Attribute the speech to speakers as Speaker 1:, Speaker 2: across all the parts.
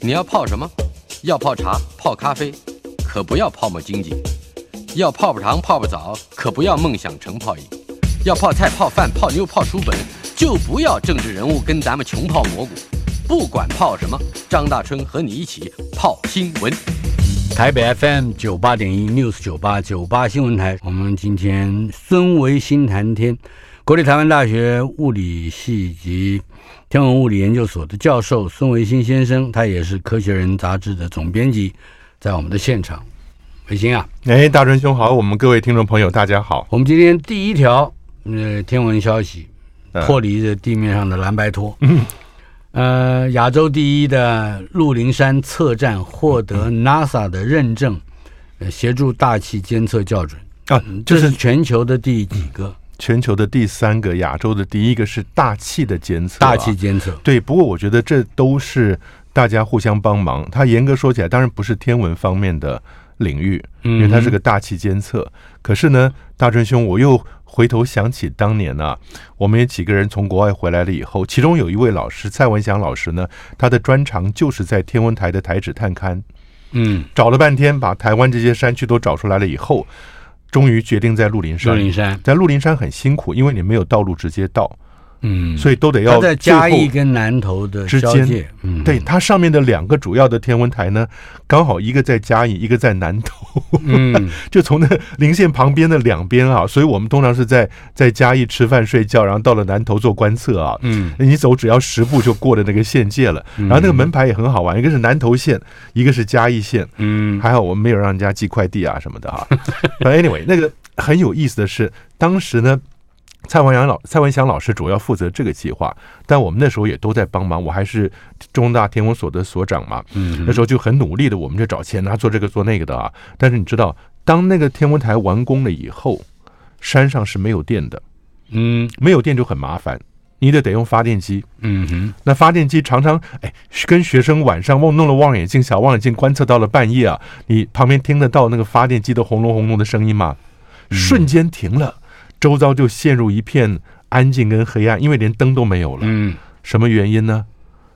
Speaker 1: 你要泡什么？要泡茶、泡咖啡，可不要泡沫经济；要泡泡糖、泡泡澡，可不要梦想成泡影；要泡菜、泡饭、泡妞、泡书本，就不要政治人物跟咱们穷泡蘑菇。不管泡什么，张大春和你一起泡新闻。
Speaker 2: 台北 FM 九八点一 News 九八九八新闻台，我们今天孙维新谈天，国立台湾大学物理系及天文物理研究所的教授孙维新先生，他也是《科学人》杂志的总编辑，在我们的现场。维新啊，
Speaker 3: 哎，大春兄好，我们各位听众朋友大家好。
Speaker 2: 我们今天第一条呃天文消息，
Speaker 3: 嗯
Speaker 2: 脱离了地面上的蓝白拖。呃，亚洲第一的鹿林山测站获得
Speaker 3: 嗯
Speaker 2: NASA 的认证，呃协助大气监测校准，
Speaker 3: 啊，
Speaker 2: 这
Speaker 3: 这
Speaker 2: 是
Speaker 3: 是
Speaker 2: 全球的第几个
Speaker 3: 全球的第三个，亚洲的第一个是大气的监测、啊
Speaker 2: 大气。监测？
Speaker 3: 对，不过我觉得这都是大家互相帮忙。它严格说起来，当然不是天文方面的领域，因
Speaker 2: 因
Speaker 3: 为它是个大气监测。可是呢，大春兄，我又回头想起当年啊，我们有几个人从国外回来了以后，其中有一位老师蔡文祥老师呢，他的专长就是在天文台的台址探勘。
Speaker 2: 嗯，
Speaker 3: 找了半天，把台湾这些山区都找出来了以后，终于决定在鹿林
Speaker 2: 鹿
Speaker 3: 山。
Speaker 2: 林山，
Speaker 3: 在鹿林山很辛苦，因为你没有道路直接到，
Speaker 2: 嗯，
Speaker 3: 所以都得
Speaker 2: 它
Speaker 3: 要
Speaker 2: 在
Speaker 3: 最后
Speaker 2: 嘉义跟南投的
Speaker 3: 之
Speaker 2: 交
Speaker 3: 间
Speaker 2: 界，嗯，
Speaker 3: 对，它上面的两个主要的天文台呢，刚好一个在嘉义，一个在南投，
Speaker 2: 嗯，
Speaker 3: 就从那林线旁边的两边啊，所以我们通常是在在嘉义吃饭睡觉，然后到了南投做观测啊。
Speaker 2: 嗯，
Speaker 3: 你走只要十步就过了那个县界了，然后那个门牌也很好玩，一个是南投县，一个是嘉义县，
Speaker 2: 嗯，
Speaker 3: 还好我们没有让人家寄快递啊什么的哈、 反正 anyway，那个很有意思的是，当时呢，蔡文阳老蔡文祥老师主要负责这个计划，但我们那时候也都在帮忙。我还是中大天文所的所长嘛，
Speaker 2: 嗯
Speaker 3: 那时候就很努力的，我们就找钱啊，做这个做那个的啊。但是你知道，当那个天文台完工了以后，山上是没有电的，
Speaker 2: 嗯
Speaker 3: 没有电就很麻烦，你得得用发电机。
Speaker 2: 嗯哼，
Speaker 3: 那发电机常常哎，跟学生晚上忘弄了望远镜，小望远镜观测到了半夜啊，你旁边听得到那个发电机的轰隆轰隆的声音吗？瞬间停了，周遭就陷入一片安静跟黑暗，因为连灯都没有了。
Speaker 2: 嗯，
Speaker 3: 什么原因呢？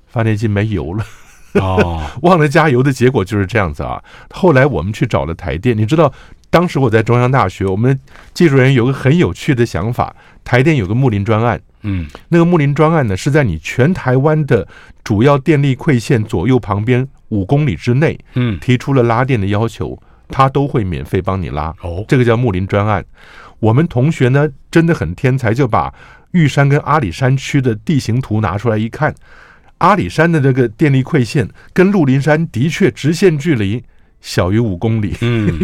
Speaker 3: 发电机没油了，
Speaker 2: 哦，
Speaker 3: 忘了加油的结果就是这样子啊。后来我们去找了台电，你知道，当时我在中央大学，我们技术人员有个很有趣的想法，台电有个木林专案。
Speaker 2: 嗯
Speaker 3: 那个木林专案呢，是在你全台湾的主要电力馈线左右旁边五公里之内
Speaker 2: 嗯，
Speaker 3: 提出了拉电的要求，它都会免费帮你拉。
Speaker 2: 哦，
Speaker 3: 这个叫木林专案。我们同学呢真的很天才，就把玉山跟阿里山区的地形图拿出来一看，阿里山的这个电力馈线跟鹿林山的确直线距离小于五公里，
Speaker 2: 嗯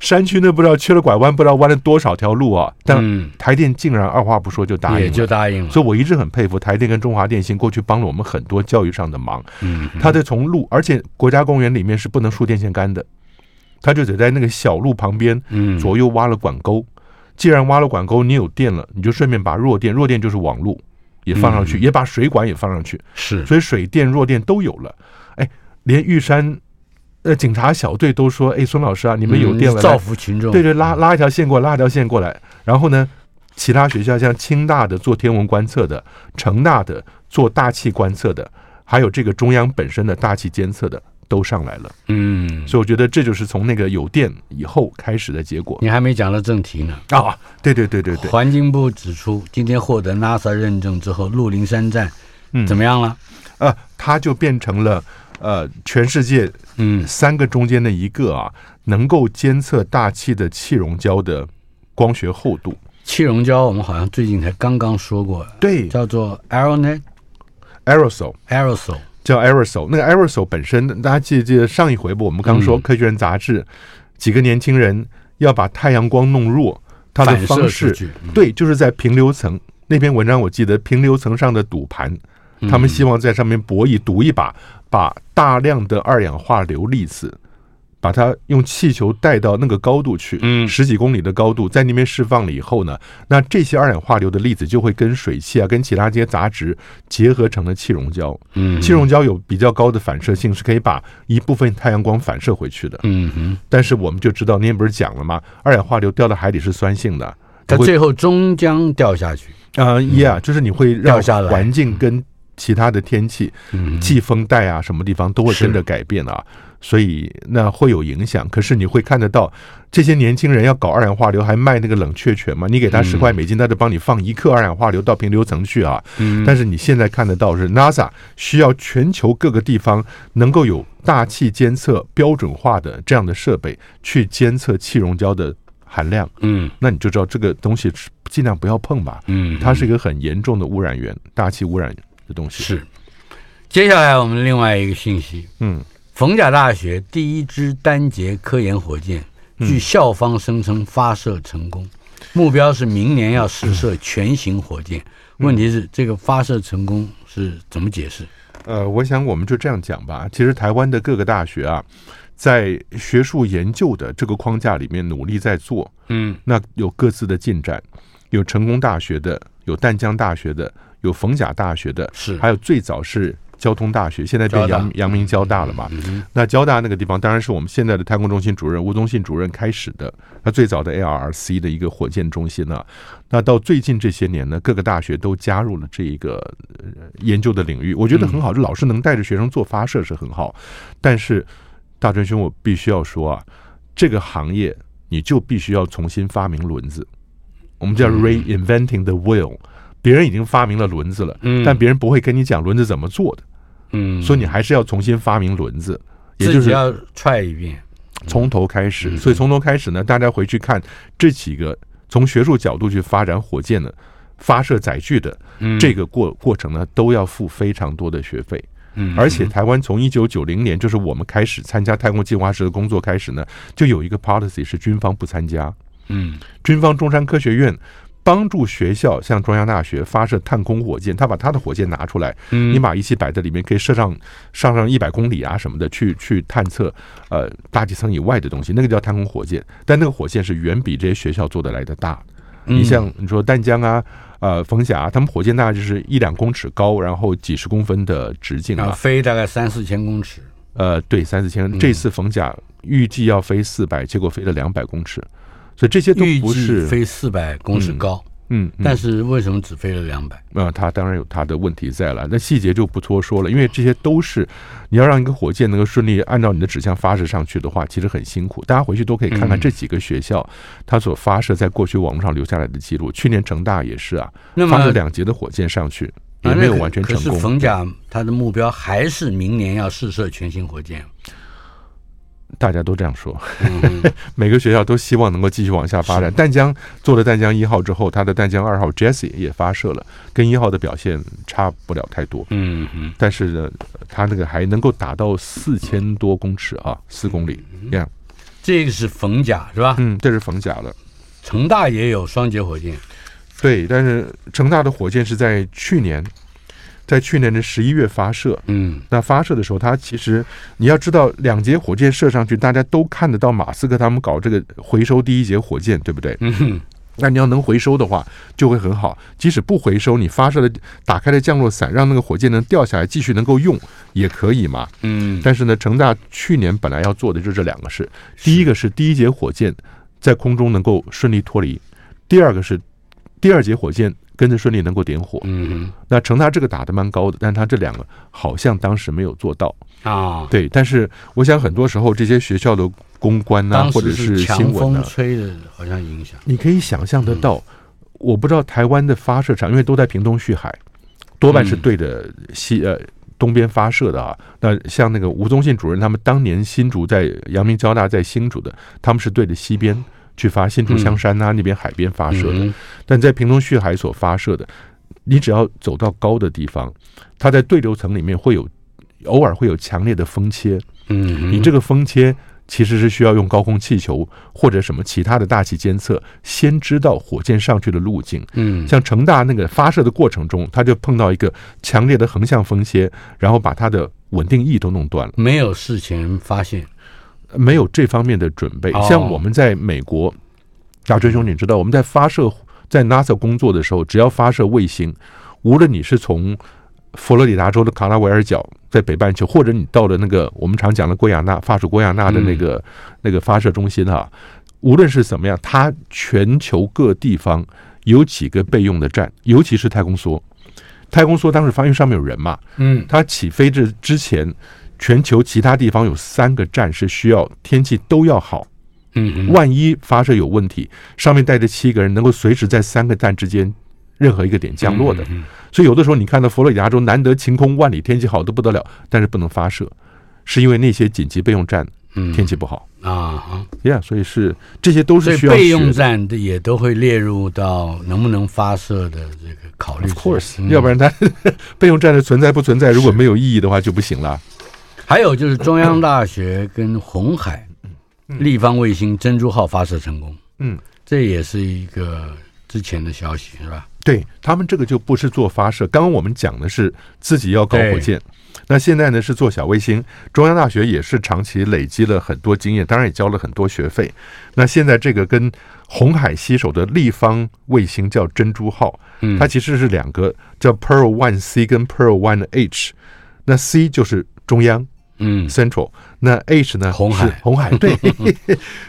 Speaker 3: 山区呢不知道缺了拐弯，不知道弯了多少条路啊，但
Speaker 2: 嗯，
Speaker 3: 台电竟然二话不说就答应了，
Speaker 2: 也就答应了，
Speaker 3: 所以我一直很佩服台电跟中华电信过去帮了我们很多教育上的忙。
Speaker 2: 嗯
Speaker 3: 它的从路，而且国家公园里面是不能竖电线杆的，它就得在那个小路旁边
Speaker 2: 嗯，
Speaker 3: 左右挖了管沟。既然挖了管沟，你有电了，你就顺便把弱电，弱电就是网路也放上去，
Speaker 2: 嗯
Speaker 3: 也把水管也放上去，
Speaker 2: 是，
Speaker 3: 所以水电、弱电都有了。哎，连玉山呃警察小队都说：“哎，孙老师啊，你
Speaker 2: 你
Speaker 3: 们有电了，
Speaker 2: 嗯
Speaker 3: 来
Speaker 2: 造福群众，
Speaker 3: 对对，拉拉一条线过来，拉一条线过来。然后呢，其他学校像清大的做天文观测的，成大的做大气观测的，还有这个中央本身的大气监测的，都上来了。
Speaker 2: 嗯，
Speaker 3: 所以我觉得这就是从那个有电以后开始的结果
Speaker 2: 你还没讲到正题呢。
Speaker 3: 啊！对对对对对，
Speaker 2: 环境部指出，今天获得 NASA 认证之后，鹿林山站
Speaker 3: 嗯，
Speaker 2: 怎么
Speaker 3: 么
Speaker 2: 样了？
Speaker 3: 呃，它就变成了呃全世界
Speaker 2: 嗯
Speaker 3: 三个中间的一个啊，能够监测大气的气溶胶的光学厚度。
Speaker 2: 气溶胶我们好像最近才刚刚说过，
Speaker 3: 对
Speaker 2: 叫做 aeronet
Speaker 3: ，aerosol。
Speaker 2: aerosol，
Speaker 3: 叫 aerosol。那个 aerosol 本身，大家记得记得上一回不？我们刚说
Speaker 2: 嗯
Speaker 3: 《科学人》杂志，几个年轻人要把太阳光弄弱，它的
Speaker 2: 反射
Speaker 3: 方
Speaker 2: 出
Speaker 3: 式
Speaker 2: 去，嗯
Speaker 3: 对，就是在平流层那篇文章，我记得平流层上的赌盘
Speaker 2: 嗯
Speaker 3: 他们希望在上面博弈赌一把，把大量的二氧化硫粒子，把它用气球带到那个高度去，
Speaker 2: 嗯
Speaker 3: 十几公里的高度，在那边释放了以后呢，那这些二氧化硫的粒子就会跟水汽啊，跟其他这些杂质结合成了气溶胶。
Speaker 2: 嗯
Speaker 3: 气溶胶有比较高的反射性，是可以把一部分太阳光反射回去的。
Speaker 2: 嗯哼，
Speaker 3: 但是我们就知道，您不是讲了吗？二氧化硫掉到海里是酸性的，
Speaker 2: 它
Speaker 3: 它会
Speaker 2: 最后终将掉下去。
Speaker 3: 啊，yeah，就是你会
Speaker 2: 嗯掉
Speaker 3: 让
Speaker 2: 下来
Speaker 3: 环境跟其他的天气、
Speaker 2: 嗯
Speaker 3: 季风带啊，什么地方都会跟着改变啊，所以那会有影响。可是你会看得到，这些年轻人要搞二氧化硫，还卖那个冷却泉嘛？你给他十块美金，他就帮你放一克二氧化硫到平流层去啊。
Speaker 2: 嗯，
Speaker 3: 但是你现在看得到是 NASA 需要全球各个地方能够有大气监测标准化的这样的设备去监测气溶胶的含量，
Speaker 2: 嗯
Speaker 3: 那你就知道这个东西是尽量不要碰吧。
Speaker 2: 嗯，
Speaker 3: 它是一个很严重的污染源，大气污染的东西。，
Speaker 2: 是。接下来我们另外一个信息，
Speaker 3: 嗯，
Speaker 2: 逢甲大学第一支单节科研火箭，
Speaker 3: 嗯
Speaker 2: 据校方声称发射成功，目标是明年要试射全型火箭。
Speaker 3: 嗯
Speaker 2: 问题是这个发射成功是怎么解释？
Speaker 3: 呃，我想我们就这样讲吧。其实台湾的各个大学啊，在学术研究的这个框架里面努力在做，
Speaker 2: 嗯
Speaker 3: 那有各自的进展，有成功大学的，有淡江大学的，有逢甲大学的，
Speaker 2: 是
Speaker 3: 还有最早是。交通大学现在变
Speaker 2: 嗯交大嗯
Speaker 3: 阳阳明交大了嘛？那交大那个地方当然是我们现在的太空中心主任吴宗信主任开始的，那最早的 ARC 的一个火箭中心呢、啊那到最近这些年呢，各个大学都加入了这一个呃研究的领域，我觉得很好，就老师能带着学生做发射是很好。但是，大川兄，我必须要说啊，这个行业你就必须要重新发明轮子，我们叫
Speaker 2: 嗯
Speaker 3: reinventing the wheel。别人已经发明了轮子了，
Speaker 2: 嗯
Speaker 3: 但别人不会跟你讲轮子怎么做的，
Speaker 2: 嗯，
Speaker 3: 所以你还是要重新发明轮子，也就
Speaker 2: 自己
Speaker 3: 是
Speaker 2: 要嗯踹一遍。
Speaker 3: 从头开始。所以从头开始呢，大家回去看这几个从学术角度去发展火箭的发射载具的
Speaker 2: 嗯
Speaker 3: 这个过过程呢，都要付非常多的学费。
Speaker 2: 嗯
Speaker 3: 而且台湾从一九九零年，就是我们开始参加太空计划室的工作开始呢，就有一个 policy 是军方不参加。
Speaker 2: 嗯
Speaker 3: 军方中山科学院帮助学校，像中央大学发射探空火箭，他把他的火箭拿出来，
Speaker 2: 嗯
Speaker 3: 你把仪器摆在里面，可以射上上上一百公里啊什么的，去去探测呃大气层以外的东西，那个叫探空火箭。但那个火箭是远比这些学校做的来的大。
Speaker 2: 嗯
Speaker 3: 你像你说淡江啊，呃，冯霞、啊，他们火箭大概就是一两公尺高，然后几十公分的直径
Speaker 2: 啊，嗯
Speaker 3: 啊，
Speaker 2: 飞大概三四千公尺。
Speaker 3: 呃，对，三四千。这次冯甲预计要飞四百，结果飞了两百公尺，所以这些都
Speaker 2: 预
Speaker 3: 不
Speaker 2: 计
Speaker 3: 是
Speaker 2: 飞四百公尺高，
Speaker 3: 嗯，嗯
Speaker 2: 但是为什么只飞了两百？
Speaker 3: 那它嗯当然有它的问题在了，那细节就不多说了，因为这些都是你要让一个火箭能够顺利按照你的指向发射上去的话，其实很辛苦。大家回去都可以看
Speaker 2: 嗯
Speaker 3: 看这几个学校它所发射在过去网络上留下来的记录，去年成大也是啊，
Speaker 2: 那么
Speaker 3: 发射两节的火箭上去也
Speaker 2: 啊
Speaker 3: 没有
Speaker 2: 那可
Speaker 3: 完全成
Speaker 2: 可是
Speaker 3: 功。
Speaker 2: 冯甲他的目标还是明年要试射全新火箭。
Speaker 3: 大家都这样说，
Speaker 2: 嗯哼
Speaker 3: 每个学校都希望能够继续往下发展。淡江做了淡江一号之后，它的淡江二号 Jesse 也发射了，跟一号的表现差不了太多。
Speaker 2: 嗯哼，
Speaker 3: 但是呢，它那个还能够打到四千多公尺啊，四公里这样。
Speaker 2: 这个是冯甲是吧？
Speaker 3: 嗯，这是冯甲了。
Speaker 2: 成大也有双节火箭。
Speaker 3: 对，但是成大的火箭是在去年，在去年的十一月发射。
Speaker 2: 嗯
Speaker 3: 那发射的时候，它其实你要知道，两节火箭射上去，大家都看得到马斯克他们搞这个回收第一节火箭，对不对？
Speaker 2: 嗯哼，
Speaker 3: 那你要能回收的话，就会很好。即使不回收，你发射的打开的降落伞，让那个火箭能掉下来，继续能够用，也可以嘛。
Speaker 2: 嗯
Speaker 3: 但是呢，成大去年本来要做的就这两个事：第一个是第一节火箭在空中能够顺利脱离；第二个是第二节火箭跟着顺利能够点火。
Speaker 2: 嗯
Speaker 3: 那成大这个打得蛮高的，但他这两个好像当时没有做到。
Speaker 2: 哼啊，
Speaker 3: 对，但是我想很多时候这些学校的公关呐、
Speaker 2: 当
Speaker 3: 或者
Speaker 2: 时
Speaker 3: 是
Speaker 2: 强
Speaker 3: 新闻啊呐、
Speaker 2: 风吹的，好像影响。
Speaker 3: 你可以想象得到。
Speaker 2: 嗯
Speaker 3: 我不知道台湾的发射场，因为都在屏东旭海，多半是
Speaker 2: 嗯
Speaker 3: 对着西呃东边发射的啊。那像那个吴宗宪主任他们当年新竹在阳明交大在新竹的，他们是对着西边去发，新竹香山呐、啊那边海边发射的。
Speaker 2: 嗯
Speaker 3: 但在屏东旭海所发射的，你只要走到高的地方，它在对流层里面会有偶尔会有强烈的风切，
Speaker 2: 嗯哼，
Speaker 3: 你这个风切其实是需要用高空气球或者什么其他的大气监测，先知道火箭上去的路径。
Speaker 2: 嗯，
Speaker 3: 像成大那个发射的过程中，它就碰到一个强烈的横向风切，然后把它的稳定翼都弄断了，
Speaker 2: 没有事前发现，
Speaker 3: 没有这方面的准备
Speaker 2: 哦。
Speaker 3: 像我们在美国，大追兄，你知道我们在发射在 NASA 工作的时候，只要发射卫星，无论你是从佛罗里达州的卡拉维尔角在北半球，或者你到了那个我们常讲的圭亚那，法属圭亚那的那个、那个发射中心哈、无论是怎么样，它全球各地方有几个备用的站，尤其是太空梭。太空梭当时发现上面有人嘛，
Speaker 2: 嗯，
Speaker 3: 它起飞之之前，全球其他地方有三个站是需要天气都要好，
Speaker 2: 嗯
Speaker 3: 万一发射有问题，上面带着七个人能够随时在三个站之间任何一个点降落的。
Speaker 2: 嗯
Speaker 3: 所以有的时候你看到佛罗里达州难得晴空万里，天气好的不得了，但是不能发射，是因为那些紧急备用站
Speaker 2: 嗯
Speaker 3: 天气不好。
Speaker 2: 啊哈，
Speaker 3: 呀、所以是这些都
Speaker 2: 所
Speaker 3: 是
Speaker 2: 以
Speaker 3: 需要
Speaker 2: 备用
Speaker 3: 学的。
Speaker 2: 站也都会列入到能不能发射的这个考虑
Speaker 3: Of
Speaker 2: 之
Speaker 3: course，、
Speaker 2: 嗯
Speaker 3: 要不然它 备用站的存在不存在，如果没有意义的话就不行了。
Speaker 2: 还有就是中央大学跟红海立方卫星珍珠号发射成功，
Speaker 3: 嗯，
Speaker 2: 这也是一个之前的消息是吧？
Speaker 3: 对他们这个就不是做发射，刚刚我们讲的是自己要搞火箭，那现在呢是做小卫星。中央大学也是长期累积了很多经验，当然也交了很多学费。那现在这个跟红海携手的立方卫星叫珍珠号，
Speaker 2: 嗯
Speaker 3: 它其实是两个叫 Pearl One C 跟 Pearl One H，那 C 就是中央
Speaker 2: 嗯
Speaker 3: Central，那 H 呢？
Speaker 2: 红海
Speaker 3: 是红海 对，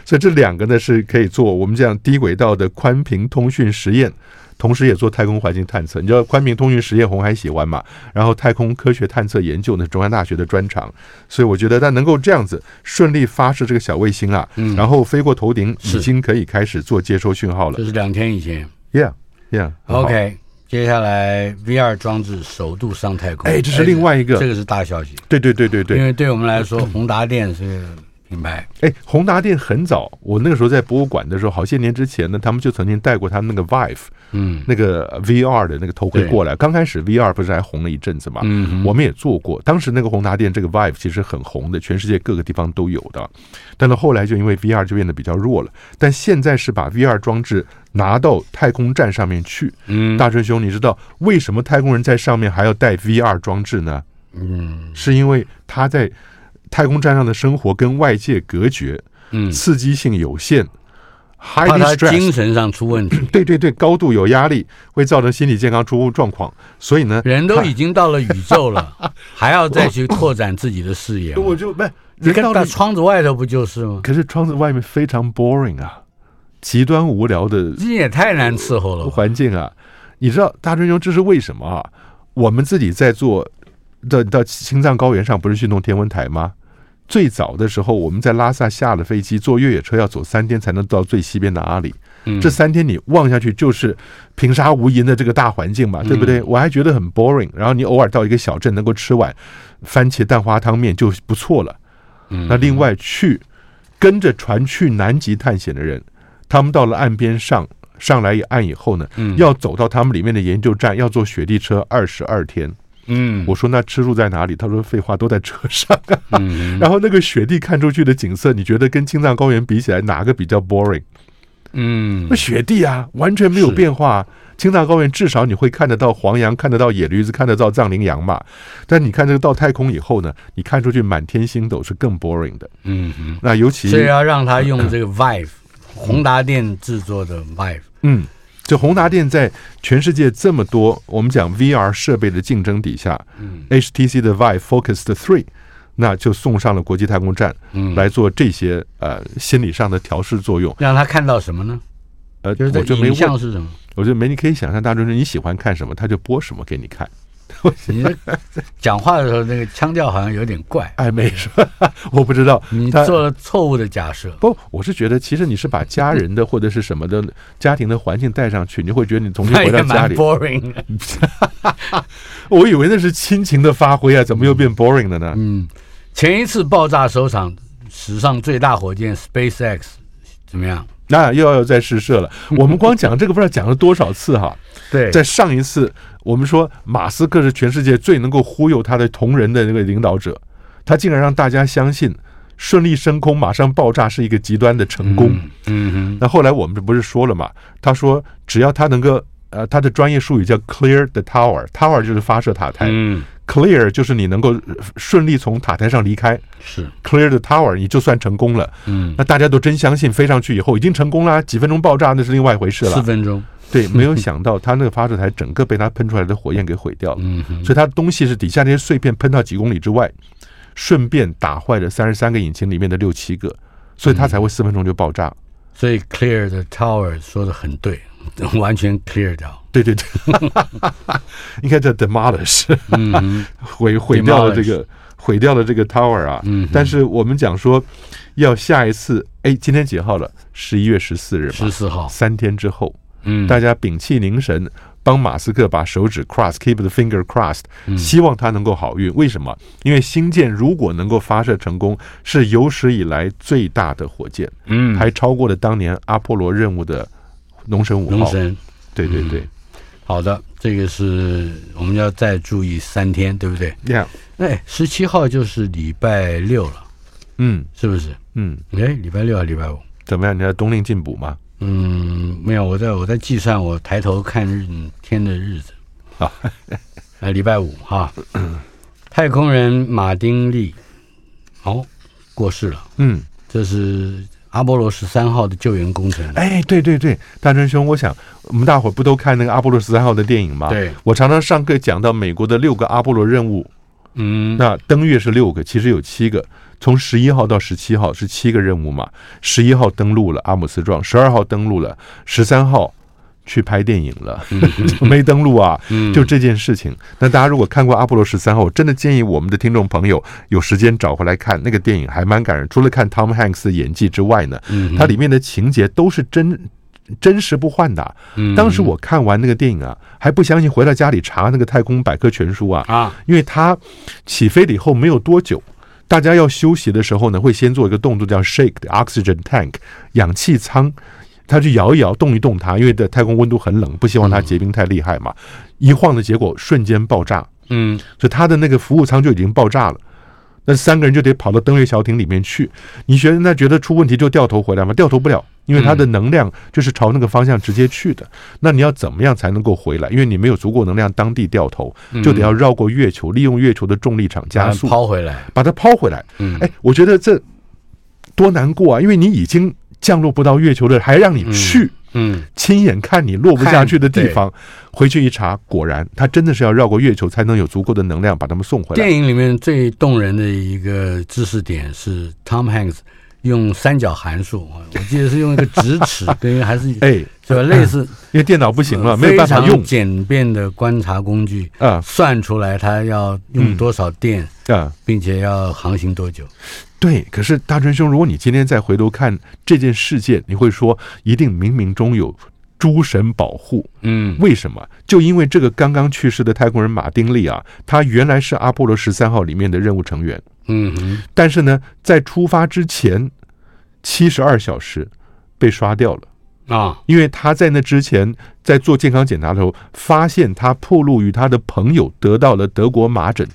Speaker 3: 所以这两个呢是可以做我们这样低轨道的宽频通讯实验，同时也做太空环境探测。你知道宽频通讯实验红海喜欢嘛？然后太空科学探测研究呢，中央大学的专长，所以我觉得它能够这样子顺利发射这个小卫星啊，
Speaker 2: 嗯
Speaker 3: 然后飞过头顶，
Speaker 2: 是
Speaker 3: 已经可以开始做接收讯号了
Speaker 2: 这。是两天以前。
Speaker 3: Yeah yeah 很好
Speaker 2: OK，接下来 VR 装置首度上太空，
Speaker 3: 哎这是另外一个
Speaker 2: 这个是大消息，
Speaker 3: 对对对对对嗯
Speaker 2: 因，为对我们来说，宏达电是品牌，
Speaker 3: 哎，宏达电很早，我那个时候在博物馆的时候，好些年之前呢，他们就曾经带过他们那个 Vive。
Speaker 2: 嗯
Speaker 3: 那个呃 VR 的那个头盔
Speaker 2: 对
Speaker 3: 过来。刚开始 VR 不是还红了一阵子嘛？
Speaker 2: 嗯
Speaker 3: 我们也做过，当时那个宏达电这个 Vive 其实很红的，全世界各个地方都有的。但是后来就因为 VR 就变得比较弱了，但现在是把 VR 装置拿到太空站上面去。
Speaker 2: 嗯
Speaker 3: 大春兄，你知道为什么太空人在上面还要带 VR 装置呢？
Speaker 2: 嗯
Speaker 3: 是因为他在太空站上的生活跟外界隔绝，
Speaker 2: 嗯，
Speaker 3: 刺激性有限
Speaker 2: 怕
Speaker 3: ，highly
Speaker 2: 他
Speaker 3: stress。
Speaker 2: 精神上出问题，
Speaker 3: 对对对，高度有压力会造成心理健康出状况，所以呢，
Speaker 2: 人都已经到了宇宙 了，还要再去拓展自己的视野吗，
Speaker 3: 我就不是
Speaker 2: 你
Speaker 3: 人
Speaker 2: 看
Speaker 3: 到
Speaker 2: 到
Speaker 3: 了，
Speaker 2: 窗子外头不就是吗？
Speaker 3: 可是窗子外面非常 boring 啊，极端无聊的
Speaker 2: 这也太难伺候了吧，
Speaker 3: 环境啊，你知道大春兄这是为什么啊？我们自己在做到到青藏高原上不是去弄天文台吗？最早的时候，我们在拉萨下了飞机，坐越野车要走三天才能到最西边的阿里。
Speaker 2: 嗯
Speaker 3: 这三天你望下去就是平沙无垠的这个大环境
Speaker 2: 嗯
Speaker 3: 嘛，对不对？我还觉得很 boring。然后你偶尔到一个小镇能够吃碗番茄蛋花汤面就不错了。
Speaker 2: 嗯
Speaker 3: 那另外去跟着船去南极探险的人，他们到了岸边上上来一岸以后呢，
Speaker 2: 嗯
Speaker 3: 要走到他们里面的研究站，要坐雪地车二十二天。
Speaker 2: 嗯
Speaker 3: 我说那吃住在哪里？他说废话，都在车上。
Speaker 2: 嗯
Speaker 3: 然后那个雪地看出去的景色，你觉得跟青藏高原比起来，哪个比较 boring？
Speaker 2: 嗯
Speaker 3: 那雪地啊，完全没有变化啊、青藏高原至少你会看得到黄羊，看得到野驴子，看得到藏羚羊嘛。但你看这个到太空以后呢，你看出去满天星斗是更 boring 的。
Speaker 2: 嗯嗯，
Speaker 3: 那尤其
Speaker 2: 所以要让他用这个 Vive，宏达电制作的 Vive，
Speaker 3: 嗯，这宏达电在全世界这么多我们讲 VR 设备的竞争底下、h
Speaker 2: 嗯
Speaker 3: t c 的 Vive Focus 的 Three，那就送上了国际太空站，
Speaker 2: 嗯
Speaker 3: 来做这些呃心理上的调试作用。
Speaker 2: 让他看到什么呢？
Speaker 3: 呃，
Speaker 2: 就是这
Speaker 3: 我就没
Speaker 2: 影像
Speaker 3: 问，
Speaker 2: 是 什么？
Speaker 3: 我就没你可以想象大众说你喜欢看什么，他就播什么给你看。
Speaker 2: 你这讲话的时候那个腔调好像有点怪，
Speaker 3: 哎，没什么， 我不知道。
Speaker 2: 你
Speaker 3: 他
Speaker 2: 做了错误的假设。
Speaker 3: 不，我是觉得，其实你是把家人的或者是什么的家庭的环境带上去，你会觉得你 重新
Speaker 2: 那
Speaker 3: 回到
Speaker 2: 也
Speaker 3: 家
Speaker 2: 哎蛮
Speaker 3: 里。
Speaker 2: boring 的。
Speaker 3: 我以为那是亲情的发挥啊，怎么又变 boring 了呢？
Speaker 2: 嗯，前一次爆炸首场史上最大火箭 SpaceX 怎么样？
Speaker 3: 那、又要再试 射了。我们光讲这个不知道讲了多少次哈。
Speaker 2: 对
Speaker 3: 在上一次，我们说马斯克是全世界最能够忽悠他的同仁的那个领导者，他竟然让大家相信顺利升空马上爆炸是一个极端的成功。
Speaker 2: 嗯，嗯
Speaker 3: 那后来我们这不是说了嘛？他说只要他能够，呃，他的专业术语叫 clear the tower，tower 就是发射塔台、
Speaker 2: 嗯，
Speaker 3: c l e a r 就是你能够呃顺利从塔台上离开
Speaker 2: 是，
Speaker 3: ，clear the tower 你就算成功了。
Speaker 2: 嗯，
Speaker 3: 那大家都真相信飞上去以后已经成功啦，几分钟爆炸那是另外一回事
Speaker 2: 四
Speaker 3: 了。
Speaker 2: 分钟，
Speaker 3: 对，没有想到他那个发射台整个被他喷出来的火焰给毁掉了，
Speaker 2: 嗯哼，
Speaker 3: 所以他的东西是底下那些碎片喷到几公里之外，顺便打坏了三十三个引擎里面的六七个，所以他才会四分钟就爆炸。
Speaker 2: 所以 clear the tower 说的很对， 完全 clear 掉，
Speaker 3: 对对对， 应该叫 demolish，
Speaker 2: 嗯哼，
Speaker 3: 毁毁掉了这个毁掉了这个 tower 啊。
Speaker 2: 嗯
Speaker 3: 但是我们讲说，要下一次，哎，今天几号了？十一月十四日
Speaker 2: 十
Speaker 3: 嘛，
Speaker 2: 四号，
Speaker 3: 三天之后，
Speaker 2: 嗯，
Speaker 3: 大家屏气凝神，帮马斯克把手指 cross，keep the finger crossed，希
Speaker 2: 嗯
Speaker 3: 望他能够好运。为什么？因为星舰如果能够发射成功，是有史以来最大的火箭，
Speaker 2: 嗯，
Speaker 3: 还超过了当年阿波罗任务的龙神五
Speaker 2: 龙
Speaker 3: 号。
Speaker 2: 神，嗯
Speaker 3: 对对对
Speaker 2: 好的，这个是我们要再注意三天，对不对？
Speaker 3: ，Yeah，
Speaker 2: 哎，十七号就是礼拜六了，
Speaker 3: 嗯
Speaker 2: 是不是？
Speaker 3: 嗯。
Speaker 2: 哎，礼拜六还是礼拜五？
Speaker 3: 怎么样？你要冬令进补吗？
Speaker 2: 嗯，没有，我在我在计算，我抬头看日嗯天的日子
Speaker 3: 啊，
Speaker 2: 哎，礼拜五 哈，太空人马丁利哦过世了，
Speaker 3: 嗯，
Speaker 2: 这是阿波罗十三号的救援工程，
Speaker 3: 哎，对对对，大真兄，我想我们大伙儿不都看那个阿波罗十三号的电影吗？，
Speaker 2: 对，
Speaker 3: 我常常上课讲到美国的六个阿波罗任务，
Speaker 2: 嗯，
Speaker 3: 那登月是六个，其实有七个，从十一号到十七号是七个任务嘛。十一号登陆了阿姆斯壮，十二号登陆了，十三号去拍电影了，就 没登陆啊。
Speaker 2: 嗯
Speaker 3: 就这件事情，那大家如果看过阿波罗十三号，我真的建议我们的听众朋友有时间找回来看那个电影，还蛮感人。除了看 Tom Hanks 的演技之外呢，
Speaker 2: 嗯
Speaker 3: 它里面的情节都是真真实不换的啊。
Speaker 2: 嗯
Speaker 3: 当时我看完那个电影啊，还不相信，回到家里查那个《太空百科全书》啊，
Speaker 2: 啊，
Speaker 3: 因为它起飞了以后没有多久。大家要休息的时候呢，会先做一个动作叫 shake the oxygen tank 氧气舱，它去摇一摇、动一动它，因为的太空温度很冷，不希望它结冰太厉害嘛。一晃的结果瞬间爆炸，
Speaker 2: 嗯
Speaker 3: 所以他的那个服务舱就已经爆炸了。那三个人就得跑到登月小艇里面去。你觉得那觉得出问题就掉头回来吗？掉头不了，因为它的能量就是朝那个方向直接去的。那你要怎么样才能够回来？因为你没有足够能量当地掉头，
Speaker 2: 嗯
Speaker 3: 就得要绕过月球，利用月球的重力场加速，
Speaker 2: 抛回来，
Speaker 3: 把它抛回来。
Speaker 2: 嗯，
Speaker 3: 哎，我觉得这多难过啊！因为你已经降落不到月球了，还让你去。
Speaker 2: 嗯
Speaker 3: 亲眼看你落不下去的地方，回去一查，果然他真的是要绕过月球才能有足够的能量把他们送回来。
Speaker 2: 电影里面最动人的一个知识点是 Tom Hanks 用三角函数，啊，我记得是用一个直 尺跟还是
Speaker 3: 哎，
Speaker 2: 是吧？类似
Speaker 3: 因为电脑不行了，
Speaker 2: 呃
Speaker 3: 没有办法
Speaker 2: 非常
Speaker 3: 用
Speaker 2: 简便的观察工具，
Speaker 3: 啊
Speaker 2: 算出来它要用多少电，
Speaker 3: 啊！
Speaker 2: 并且要航行多久。
Speaker 3: 对，可是大川兄，如果你今天再回头看这件事件，你会说一定冥冥中有诸神保护。
Speaker 2: 嗯
Speaker 3: 为什么？就因为这个刚刚去世的太空人马丁利啊，他原来是阿波罗十三号里面的任务成员，
Speaker 2: 嗯哼
Speaker 3: 但是呢，在出发之前七十二小时被刷掉了。
Speaker 2: 啊，
Speaker 3: 因为他在那之前在做健康检查的时候，发现他暴露于他的朋友得到了德国麻疹。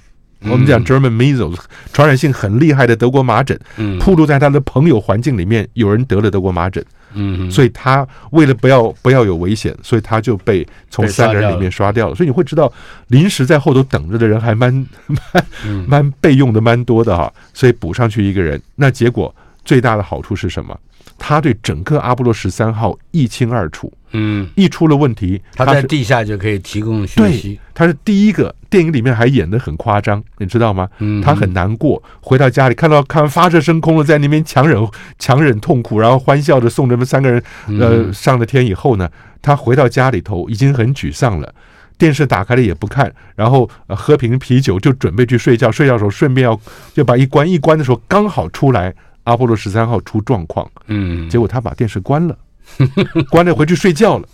Speaker 3: 我们讲 German measles，传染性很厉害的德国麻疹，
Speaker 2: 嗯
Speaker 3: 暴露在他的朋友环境里面，有人得了德国麻疹，
Speaker 2: 嗯哼，
Speaker 3: 所以他为了不要不要有危险，所以他就被从
Speaker 2: 被刷
Speaker 3: 三个人里面刷掉了。所以你会知道，临时在后头等着的人还蛮蛮
Speaker 2: 嗯
Speaker 3: 蛮备用的蛮多的哈、所以补上去一个人，那结果最大的好处是什么？他对整个阿波罗十三号一清二楚，
Speaker 2: 嗯，
Speaker 3: 一出了问题，
Speaker 2: 它
Speaker 3: 他
Speaker 2: 在
Speaker 3: 是
Speaker 2: 地下就可以提供讯
Speaker 3: 对
Speaker 2: 息。，
Speaker 3: 他是第一个。电影里面还演得很夸张，你知道吗？
Speaker 2: 嗯
Speaker 3: 他很难过，回到家里看到看完发射升空了，在那边强忍强忍痛苦，然后欢笑着送他们三个人
Speaker 2: 嗯
Speaker 3: 呃上了天以后呢，他回到家里头已经很沮丧了。电视打开了也不看，然后、呃、喝瓶啤酒就准备去睡觉。睡觉的时候顺便要就把一关一关的时候，刚好出来阿波罗十三号出状况，
Speaker 2: 嗯
Speaker 3: 结果他把电视关了， 关了回去睡觉了。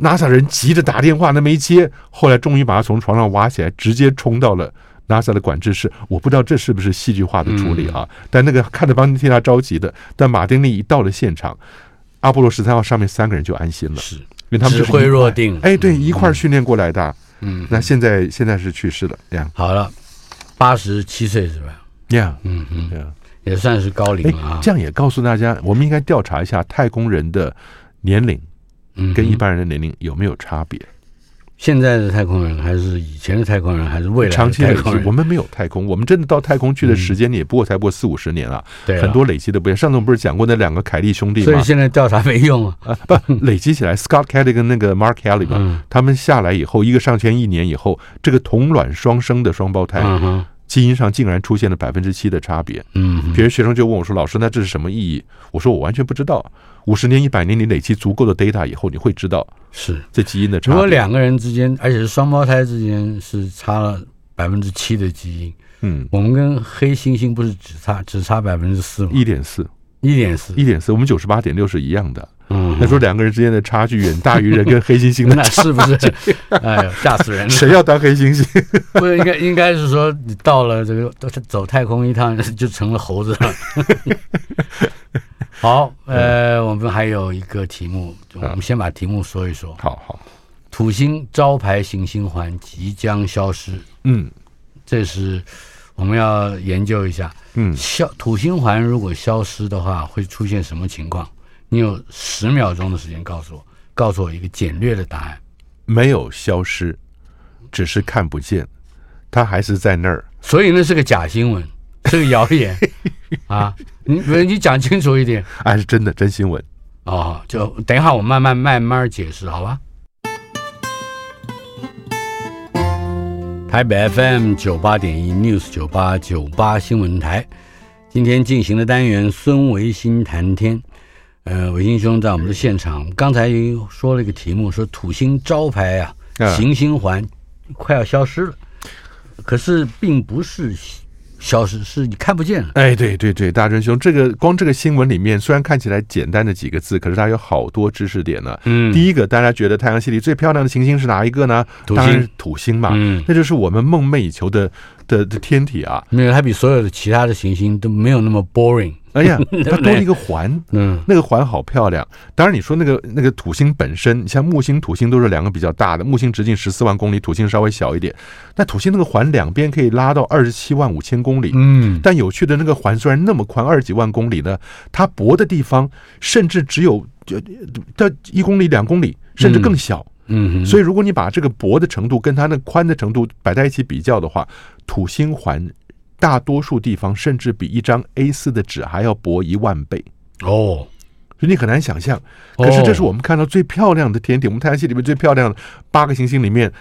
Speaker 3: NASA 人急着打电话，那没接，后来终于把他从床上挖起来，直接冲到了 NASA 的管制室。我不知道这是不是戏剧化的处理啊，
Speaker 2: 嗯
Speaker 3: 但那个看着帮替他着急的，但马丁利一到了现场，阿波罗十三号上面三个人就安心了，
Speaker 2: 是
Speaker 3: 因为他们
Speaker 2: 指
Speaker 3: 就是一
Speaker 2: 挥若定。
Speaker 3: 哎，对，一块儿训练过来的。
Speaker 2: 嗯，
Speaker 3: 那现在现在是去世了，呀
Speaker 2: 好了，八十七岁是吧？
Speaker 3: 呀，
Speaker 2: 嗯嗯。
Speaker 3: 呀，
Speaker 2: 也算是高龄
Speaker 3: 哎
Speaker 2: 了啊，。
Speaker 3: 这样也告诉大家，我们应该调查一下太空人的年龄
Speaker 2: 嗯
Speaker 3: 跟一
Speaker 2: 哼
Speaker 3: 般人的年龄有没有差别。
Speaker 2: 现在的太空人，还是以前的太空人，还是未来
Speaker 3: 长
Speaker 2: 的
Speaker 3: 期
Speaker 2: 太
Speaker 3: 累
Speaker 2: 空
Speaker 3: 积，
Speaker 2: 人？
Speaker 3: 我们没有太空，我 们真的到太空去的时间也不过才不过四五十年了，
Speaker 2: 对啊
Speaker 3: 很多累积的不一样。上次我们不是讲过那两个凯利兄弟
Speaker 2: 所以
Speaker 3: 吗？
Speaker 2: 现在调查没用啊。
Speaker 3: 啊，不，累积起来，Scott Kelly 跟那个 Mark Kelly 嘛，
Speaker 2: 嗯
Speaker 3: 他们下来以后，一个上圈一年以后，这个同卵双生的双胞胎、
Speaker 2: 嗯哼，
Speaker 3: 基因上竟然出现了百分之七的差别。
Speaker 2: 嗯哼，
Speaker 3: 别的学生就问我说：“老师，那这是什么意义？”我说：“我完全不知道。五十年、一百年，你累积足够的 data 以后，你会知道
Speaker 2: 是。
Speaker 3: 这基因的差
Speaker 2: 如
Speaker 3: 别。
Speaker 2: 果两个人之间，而且是双胞胎之间，是差了百分之七的基因，
Speaker 3: 嗯，
Speaker 2: 我们跟黑猩猩不是只差只差百分之四吗？
Speaker 3: 一点四，
Speaker 2: 一点四，
Speaker 3: 一点四，我们九十八点六是一样的。
Speaker 2: 嗯，
Speaker 3: 那说两个人之间的差距远大于人跟黑猩猩 的
Speaker 2: 那是不是？ 哎呦，吓死人了！
Speaker 3: 谁要当黑猩猩？
Speaker 2: 不是应该应该是说你到了这个走太空一趟就成了猴子了。 好，呃，我们还有一个题目，我们先把题目说一说。
Speaker 3: 好好，
Speaker 2: 土星招牌行星环即将消失，
Speaker 3: 嗯
Speaker 2: 这是我们要研究一下。
Speaker 3: 嗯，
Speaker 2: 消土星环如果消失的话，会出现什么情况？你有十秒钟的时间告诉我，告诉我一个简略的答案。
Speaker 3: 没有消失，只是看不见，它还是在那儿。
Speaker 2: 所以那是个假新闻，是个谣言啊！你不是你讲清楚一点
Speaker 3: 哎，是真的真新闻。
Speaker 2: 哦，就等一下我慢慢慢慢解释，好吧？台北 FM 九八点一 News 九八九八新闻台，今天进行的单元孙维新谈天。呃，维新兄在我们的现场，刚才说了一个题目，说土星招牌啊，
Speaker 3: 嗯
Speaker 2: 行星环快要消失了，可是并不是消失，是你看不见了。
Speaker 3: 哎，对对对，大真兄，这个光这个新闻里面，虽然看起来简单的几个字，可是它有好多知识点呢。
Speaker 2: 嗯
Speaker 3: 第一个，大家觉得太阳系里最漂亮的行星是哪一个呢？
Speaker 2: 土
Speaker 3: 当然
Speaker 2: 星
Speaker 3: 是土星嘛，
Speaker 2: 嗯
Speaker 3: 那就是我们梦寐以求的的的天体啊。
Speaker 2: 没有，它比所有的其他的行星都没有那么 boring。
Speaker 3: 哎 呀，它多了一个环，
Speaker 2: 嗯，
Speaker 3: 那个环好漂亮。当然，你说那个那个土星本身，你像木星、土星都是两个比较大的，木星直径十四万公里，土星稍微小一点。但土星那个环两边可以拉到二十七万五千公里。
Speaker 2: 嗯，
Speaker 3: 但有趣的那个环虽然那么宽，二十几万公里呢，它薄的地方甚至只有就到一公里、两公里，甚至更小。
Speaker 2: 嗯
Speaker 3: 所
Speaker 2: 以
Speaker 3: 以，如果你把这个薄的程度跟它那宽的程度摆在一起比较的话，土星环大多数地方甚至比一张 A 4的纸还要薄一万倍。
Speaker 2: 哦，
Speaker 3: 所以你很难想象。
Speaker 2: 哦
Speaker 3: 可是这是我们看到最漂亮的天体，我们太阳系里面最漂亮的八个行星里面，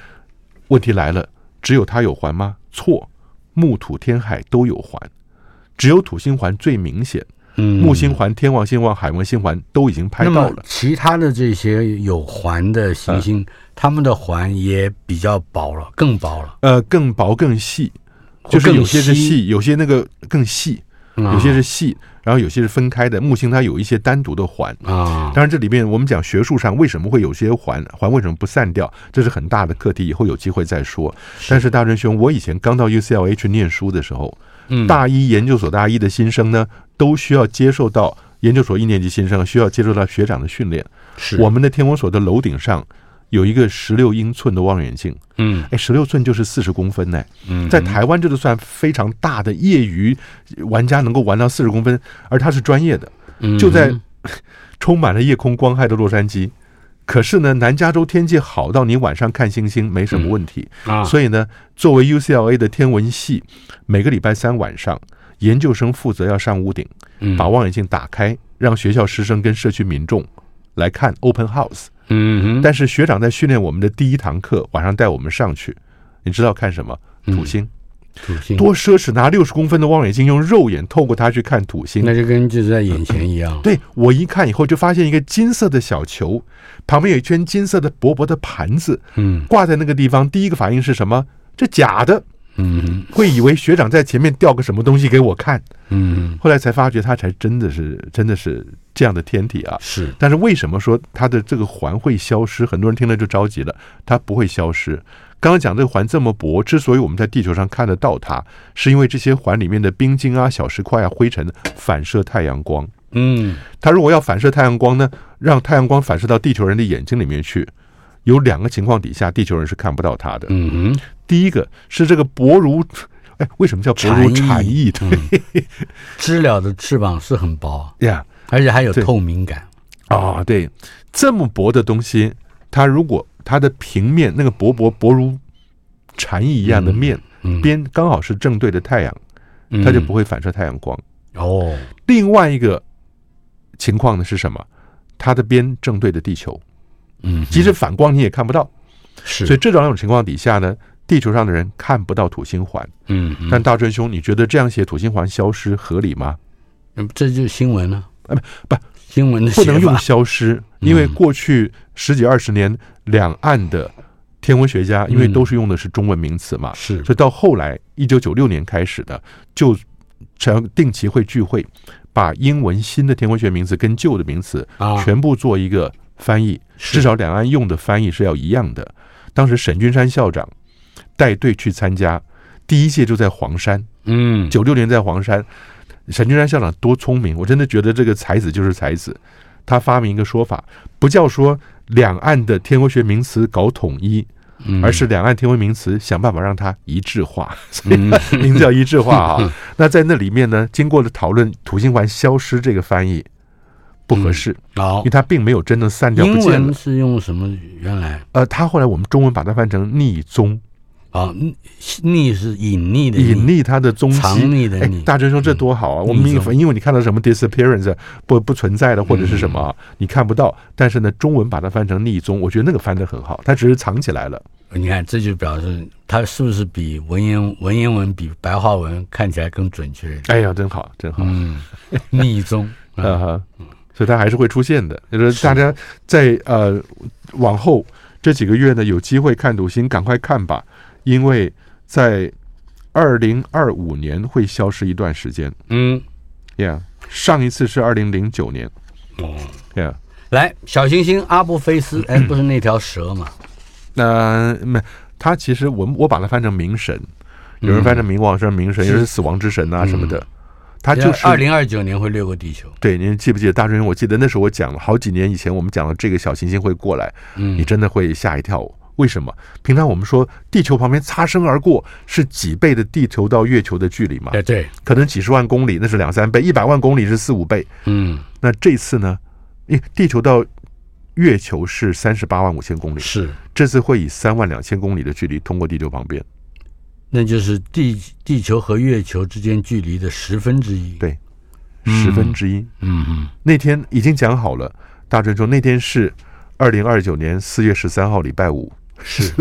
Speaker 3: 问题来了，只有它有环吗？错，木、土、天、海都有环，只有土星环最明显，
Speaker 2: 嗯
Speaker 3: 木星环、天王星环、海王星环都已经拍
Speaker 2: 那
Speaker 3: 到
Speaker 2: 么
Speaker 3: 了。嗯
Speaker 2: 其他的这些有环的行星，它们的环也比较薄了，更薄了，
Speaker 3: 呃，更薄更细，
Speaker 2: 或
Speaker 3: 就是
Speaker 2: 更啊
Speaker 3: 有些是
Speaker 2: 稀，
Speaker 3: 细，有些那个更细，有
Speaker 2: 有
Speaker 3: 些是细，然后有些是分开的。木星它有一些单独的环。
Speaker 2: 啊，
Speaker 3: 当然，这里面我们讲学术上为什么会有些环环为什么不散掉，这是很大的课题，以后有机会再说。但是大真兄，我以前刚到 UCLA 去念书的时候，
Speaker 2: 嗯
Speaker 3: 大一研究所大一的新生呢，都需要接受到研究所一年级新生需要接受到学长的训练。
Speaker 2: 是
Speaker 3: 我们的天文所的楼顶上有一个十六英寸的望远镜，
Speaker 2: 嗯
Speaker 3: 哎，十六寸就是四十公分呢、
Speaker 2: 嗯
Speaker 3: 在台湾这就算非常大的业余玩家能够玩到四十公分，而他是专业的。
Speaker 2: 嗯
Speaker 3: 就在充满了夜空光害的洛杉矶。可是呢，南加州天气好到你晚上看星星没什么问题。
Speaker 2: 啊，
Speaker 3: 所以呢，作为 UCLA 的天文系，每个礼拜三晚上，研究生负责要上屋顶，
Speaker 2: 以
Speaker 3: 把望远镜打开，让学校师生跟社区民众来看 open house。
Speaker 2: 嗯哼
Speaker 3: 但是学长在训练我们的第一堂课，晚上带我们上去，你知道看什么？
Speaker 2: 嗯
Speaker 3: 土星，
Speaker 2: 土星
Speaker 3: 多奢侈！拿六十公分的望远镜，用肉眼透过它去看土星，
Speaker 2: 那就跟就是在眼前一样，
Speaker 3: 对我一看以后就发现一个金色的小球，旁边有一圈金色的薄薄的盘子
Speaker 2: 嗯
Speaker 3: 挂在那个地方。第一个反应是什么？这假的，
Speaker 2: 嗯
Speaker 3: 会以为学长在前面掉个什么东西给我看。
Speaker 2: 嗯
Speaker 3: 后来才发觉，它才真的是真的是这样的天体啊！
Speaker 2: 是
Speaker 3: 但是为什么说它的这个环会消失？很多人听了就着急了。它不会消失。刚刚讲这个环这么薄，之所以我们在地球上看得到它，是因为这些环里面的冰晶啊、小石块啊、灰尘反射太阳光。
Speaker 2: 嗯
Speaker 3: 它如果要反射太阳光呢，让太阳光反射到地球人的眼睛里面去，
Speaker 2: 嗯
Speaker 3: 有两个情况底下，地球人是看不到它的。
Speaker 2: 嗯哼
Speaker 3: 第一个是这个薄如哎，为什么叫薄如蝉翼？对
Speaker 2: 嗯，知了的翅膀是很薄，
Speaker 3: 呀，
Speaker 2: 而且还有
Speaker 3: 对
Speaker 2: 透明感。
Speaker 3: 啊、对，这么薄的东西，它如果它的平面那个薄薄薄如蝉翼一样的面、
Speaker 2: 嗯，
Speaker 3: 边刚好是正对着太阳，它就不
Speaker 2: 会
Speaker 3: 会反射太阳光。
Speaker 2: 哦，
Speaker 3: 另外一个情况呢是什么？它的边正对着地球，
Speaker 2: 嗯，
Speaker 3: 即使反光你也看不到。
Speaker 2: 是，
Speaker 3: 所以这两种情况底下呢，地球上的人看不到土星环。
Speaker 2: 嗯，嗯
Speaker 3: 但大真兄，你觉得这样写土星环消失合理吗？
Speaker 2: 嗯这就是新闻了，
Speaker 3: 啊不不，
Speaker 2: 新闻的
Speaker 3: 不能
Speaker 2: 写法
Speaker 3: 用消失，
Speaker 2: 嗯
Speaker 3: 因为过去十几二十年，两岸的天文学家因为
Speaker 2: 嗯
Speaker 3: 都是用的是中文名词嘛，
Speaker 2: 是，
Speaker 3: 所以到后来一九九六年开始的，就成定期会聚会，把英文新的天文学名词跟旧的名词
Speaker 2: 啊，
Speaker 3: 全部做一个翻译，
Speaker 2: 是
Speaker 3: 至少两岸用的翻译是要一样的。当时沈君山校长带队去参加，第一届就在黄山，
Speaker 2: 嗯，
Speaker 3: 九六年在黄山，沈君山校长多聪明，我真的觉得这个才子就是才子。他发明一个说法，不叫说两岸的天文学名词搞统一，
Speaker 2: 嗯
Speaker 3: 而是两岸天文名词想办法让它一致化，所
Speaker 2: 嗯
Speaker 3: 以 名字叫一致化啊。那在那里面呢，经过了讨论，土星环消失这个翻译不合适，
Speaker 2: 好
Speaker 3: 因为，它并没有真的散掉不
Speaker 2: 英
Speaker 3: 见了
Speaker 2: 文。是用什么？原来
Speaker 3: 呃，他后来我们中文把它翻成逆宗，
Speaker 2: 啊，逆逆是隐匿的
Speaker 3: 隐，匿它的踪
Speaker 2: 藏
Speaker 3: 迹。
Speaker 2: 匿的
Speaker 3: 哎，
Speaker 2: 匿，
Speaker 3: 大真说这多好啊！我们
Speaker 2: 逆
Speaker 3: 英
Speaker 2: 宗
Speaker 3: 因为你看到什么 disappearance 不不存在的或者是什么
Speaker 2: 嗯
Speaker 3: 啊、你看不到，但是呢，中文把它翻成逆宗，我觉得那个翻得很好，它只是藏起来了。
Speaker 2: 你看这就表示它是不是比文言文言文比白话文看起来更准确一点？
Speaker 3: 哎呀，真好，真好。
Speaker 2: 嗯，逆宗
Speaker 3: 啊
Speaker 2: 啊，
Speaker 3: 哈，所以它还是会出现的。就是大家在呃往后这几个月呢，有机会看土星，赶快看吧，因为在二零二五年会消失一段时间。
Speaker 2: 嗯，
Speaker 3: Yeah，上一次是二零零九年。
Speaker 2: 哦，
Speaker 3: Yeah，
Speaker 2: 来，小行星阿布菲 斯，哎，不是那条蛇嘛？
Speaker 3: 那没他其实我我把它翻成冥神，有人翻成冥王，有人翻成冥神，有人是死亡之神啊什么的。他就
Speaker 2: 嗯
Speaker 3: 是
Speaker 2: 二零二九年会掠过地球。
Speaker 3: 对，您记不记得大春？我记得那时候我讲了好几年以前，我们讲了这个小行星会过来，
Speaker 2: 嗯
Speaker 3: 你真的会吓一跳。哦为什么？平常我们说地球旁边擦身而过是几倍的地球到月球的距离嘛？
Speaker 2: 哎，对，
Speaker 3: 可能几十万公里那是两三倍，一百万公里是四五倍。
Speaker 2: 嗯，
Speaker 3: 那这次呢？因为地球到月球是三十八万五千公里，
Speaker 2: 是，
Speaker 3: 这次会以三万两千公里的距离通过地球旁边。
Speaker 2: 那就是地地球和月球之间距离的十分之一。
Speaker 3: 对十分之一。
Speaker 2: 嗯嗯，
Speaker 3: 那天已经讲好了，大春说那天是二零二九年四月十三号，礼拜五。
Speaker 2: 是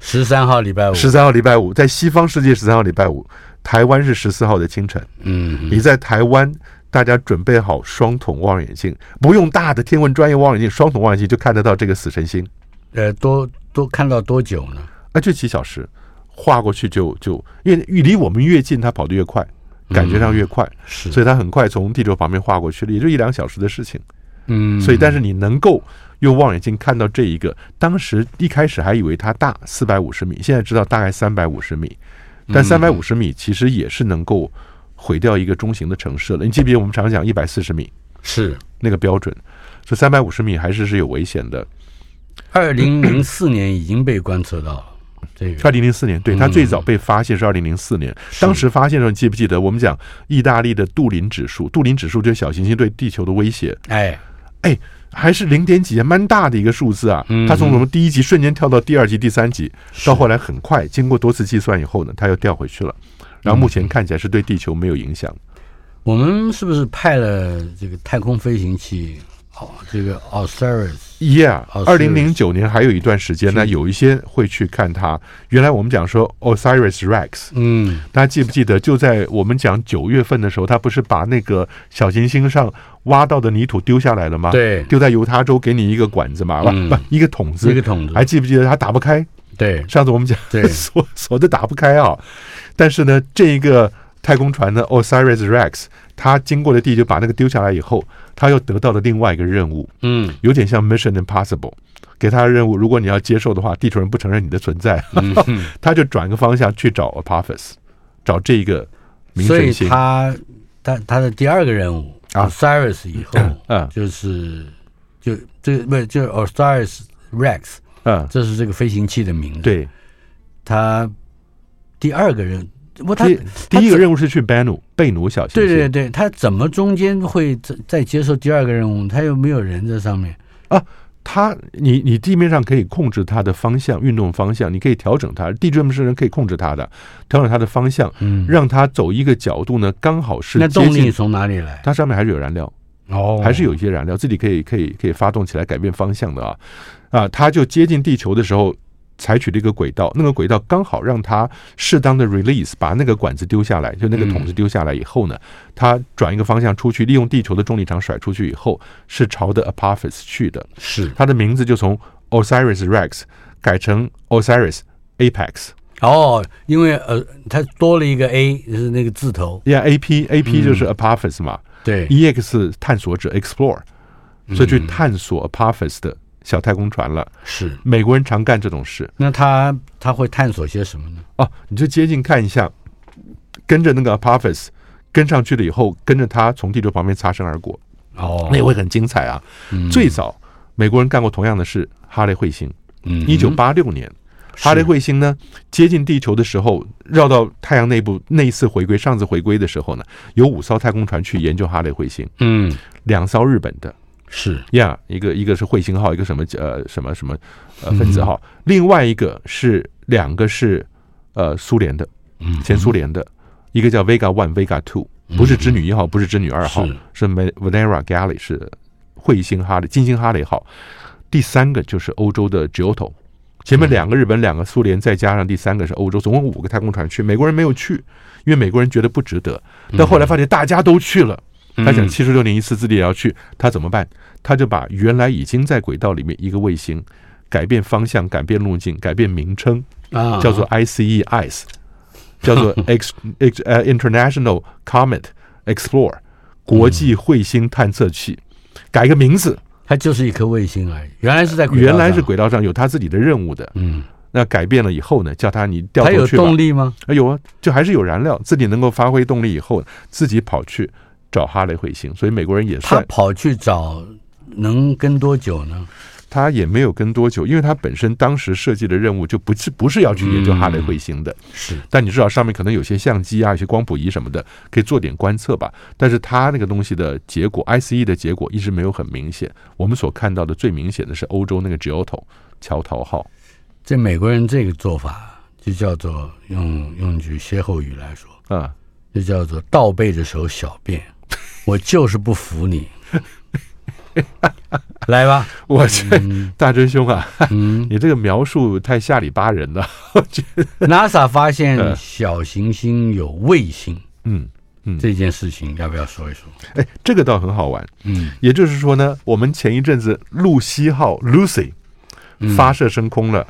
Speaker 2: 十三号礼拜五，
Speaker 3: 十三号礼拜五，在西方世界十三号礼拜五，台湾是十四号的清晨。
Speaker 2: 嗯，
Speaker 3: 你在台湾，大家准备好双筒望远镜，不用大的天文专业望远镜，双筒望远镜就看得到这个死神星，
Speaker 2: 呃，多多看到多久呢？
Speaker 3: 啊，就几小时，划过去就就，因为越离我们越近，它跑得越快，感觉上越快，
Speaker 2: 嗯是
Speaker 3: 所以它很快从地球旁边划过去了，也就一两小时的事情。
Speaker 2: 嗯，
Speaker 3: 所以，但是你能够用望远镜看到这一个，当时一开始还以为它大四百五十米，现在知道大概三百五十米，
Speaker 2: 嗯
Speaker 3: 但三百五十米其实也是能够毁掉一个中型的城市了。你记不记得我们常讲一百四十米
Speaker 2: 是
Speaker 3: 那个标准？所以三百五十米还是是有危险的。
Speaker 2: 二零零四年已经被观测到了，这个
Speaker 3: 二零零四年，对
Speaker 2: 嗯
Speaker 3: 它最早被发现是二零零四年，当时发现的时候，你记不记得我们讲意大利的杜林指数？杜林指数就是小行星对地球的威胁。
Speaker 2: 哎，
Speaker 3: 哎，还是零点几，蛮大的一个数字啊。
Speaker 2: 嗯
Speaker 3: 它从什么第一集瞬间跳到第二集、第三集，到后来很快，经过多次计算以后呢，它又掉回去了。然后目前看起来是对地球没有影响。
Speaker 2: 我们是不是派了这个太空飞行器？哦，这个 Osiris，
Speaker 3: Yeah，
Speaker 2: 哦
Speaker 3: 二零零九年还有一段时间呢，有一些会去看它。原来我们讲说 Osiris Rex，
Speaker 2: 嗯，
Speaker 3: 大家记不记得？就在我们讲九月份的时候，他不是把那个小行星上挖到的泥土丢下来了吗？，
Speaker 2: 对，
Speaker 3: 丢在犹他州，给你一个管子嘛，不、
Speaker 2: 嗯
Speaker 3: 不，一个桶子。
Speaker 2: 一个桶子，
Speaker 3: 还记不记得它打不开？
Speaker 2: 对，
Speaker 3: 上次我们讲
Speaker 2: 对
Speaker 3: 锁锁的打不开啊，但是呢，这一个太空船呢 Osiris Rex，它经过了地球，把那个丢下来以后，它又得到了另外一个任务，
Speaker 2: 嗯，
Speaker 3: 有点像 Mission Impossible。给它的任务，如果你要接受的话，地球人不承认你的存在，
Speaker 2: 嗯
Speaker 3: 他就转个方向去找 Apophis，找这个冥
Speaker 2: 所
Speaker 3: 神
Speaker 2: 以
Speaker 3: 星。
Speaker 2: 他他他的第二个任务
Speaker 3: 啊
Speaker 2: Osiris 以后，
Speaker 3: 嗯
Speaker 2: 就是就这不是就是 Osiris Rex，
Speaker 3: 嗯，
Speaker 2: 这是这个飞行器的名字。，
Speaker 3: 对，
Speaker 2: 他第二个任不，他
Speaker 3: 第第一个
Speaker 2: 他
Speaker 3: 任务是去贝努贝努小行
Speaker 2: 对
Speaker 3: 星，
Speaker 2: 对对，他怎么中间会再再接受第二个任务？他又没有人在上面。
Speaker 3: 它你你地面上可以控制它的方向，运动方向，你可以调整它。地震是人可以控制它的，调整它的方向，
Speaker 2: 嗯，
Speaker 3: 让它走一个角度呢，刚好是
Speaker 2: 那
Speaker 3: 接
Speaker 2: 动力
Speaker 3: 近。
Speaker 2: 从哪里来？
Speaker 3: 它上面还是有燃料，
Speaker 2: 哦
Speaker 3: 还是有一些燃料，自己可以可以可以发动起来改变方向的啊啊！它就接近地球的时候，采取了一个轨道，那个轨道刚好让它适当的 release，把那个管子丢下来，就那个
Speaker 2: 嗯
Speaker 3: 筒子丢下来以后呢，它转一个方向出去，利用地球的重力场甩出去以后，是朝着 Apophis 去的。
Speaker 2: 是
Speaker 3: 它的名字就从 Osiris Rex 改成 Osiris Apex。
Speaker 2: 哦，因为呃，它多了一个 A，就是那个字头。
Speaker 3: 呀，A P A P 就是 Apophis 嘛、
Speaker 2: 嗯对，嗯
Speaker 3: e X 探索者 Explore，所以去探索 Apophis 的小太空船了。
Speaker 2: 是。
Speaker 3: 美国人常干这种事
Speaker 2: 那他他会探索些什么呢？
Speaker 3: 哦，你就接近看一下，跟着那个 Apophis 跟上去了以后，跟着它从地球旁边擦身而过，
Speaker 2: 哦
Speaker 3: 那也会很精彩啊。
Speaker 2: 嗯
Speaker 3: 最早美国人干过同样的事，哈雷彗星，
Speaker 2: 嗯
Speaker 3: 一九八六年。哈雷彗星呢接近地球的时候，绕到太阳内部那一次回归，上次回归的时候呢，有五艘太空船去研究哈雷彗星，
Speaker 2: 嗯
Speaker 3: 两艘日本的
Speaker 2: 是
Speaker 3: 呀一个一个是彗星号，一个什么呃什么什么呃分子号，另外一个是两个是呃苏联的
Speaker 2: 嗯
Speaker 3: 前苏联的，一个叫 Vega One、Vega Two，不是织女一号，不是织女二号
Speaker 2: 是，
Speaker 3: 是 Ma- Venera Galley 是彗星哈雷金星哈雷号，第三个就是欧洲的 Giotto。前面两个日本，两个苏联，再加上第三个是欧洲，总共五个太空船去。美国人没有去，因为美国人觉得不值得。
Speaker 2: 嗯
Speaker 3: 但后来发现大家都去了，他想七十六年一次自己也要去，他怎么办？他就把原来已经在轨道里面一个卫星改变方向、改变路径、改变名称，
Speaker 2: 啊
Speaker 3: 叫做 ICE ICE，叫做 X X 呃 International Comet Explorer 国际彗星探测器，改个名字，
Speaker 2: 它就是一颗卫星而已，原来是在轨道
Speaker 3: 原来
Speaker 2: 上
Speaker 3: 是轨道上有它自己的任务的。
Speaker 2: 嗯，
Speaker 3: 那改变了以后呢，叫它你掉
Speaker 2: 它
Speaker 3: 头
Speaker 2: 有
Speaker 3: 去吧。
Speaker 2: 动力吗？
Speaker 3: 哎有啊，就还是有燃料，自己能够发挥动力以后，自己跑去找哈雷彗星，所以美国人也
Speaker 2: 它
Speaker 3: 算
Speaker 2: 跑去找能跟多久呢？
Speaker 3: 他也没有跟多久，因为他本身当时设计的任务就不是不是要去研究哈雷彗星的，
Speaker 2: 是
Speaker 3: 但你至少上面可能有些相机啊、有些光谱仪什么的，可以做点观测吧。但是他那个东西的结果，ICE 的结果一直没有很明显。我们所看到的最明显的是欧洲那个 Giotto 桥头号，
Speaker 2: 这美国人这个做法就叫做用用句歇后语来说，
Speaker 3: 啊、
Speaker 2: 就叫做倒背着手小便，我就是不服你， 来吧，
Speaker 3: 我去，大真兄啊，
Speaker 2: 嗯
Speaker 3: 你这个描述太下里巴人了。
Speaker 2: ，NASA 发
Speaker 3: 呃
Speaker 2: 现小行星有卫星
Speaker 3: 嗯，
Speaker 2: 这件事情，要不要说一说？
Speaker 3: 哎，这个倒很好玩。
Speaker 2: 嗯，
Speaker 3: 也就是说呢，我们前一阵子露西号 Lucy
Speaker 2: 嗯
Speaker 3: 发射升空了，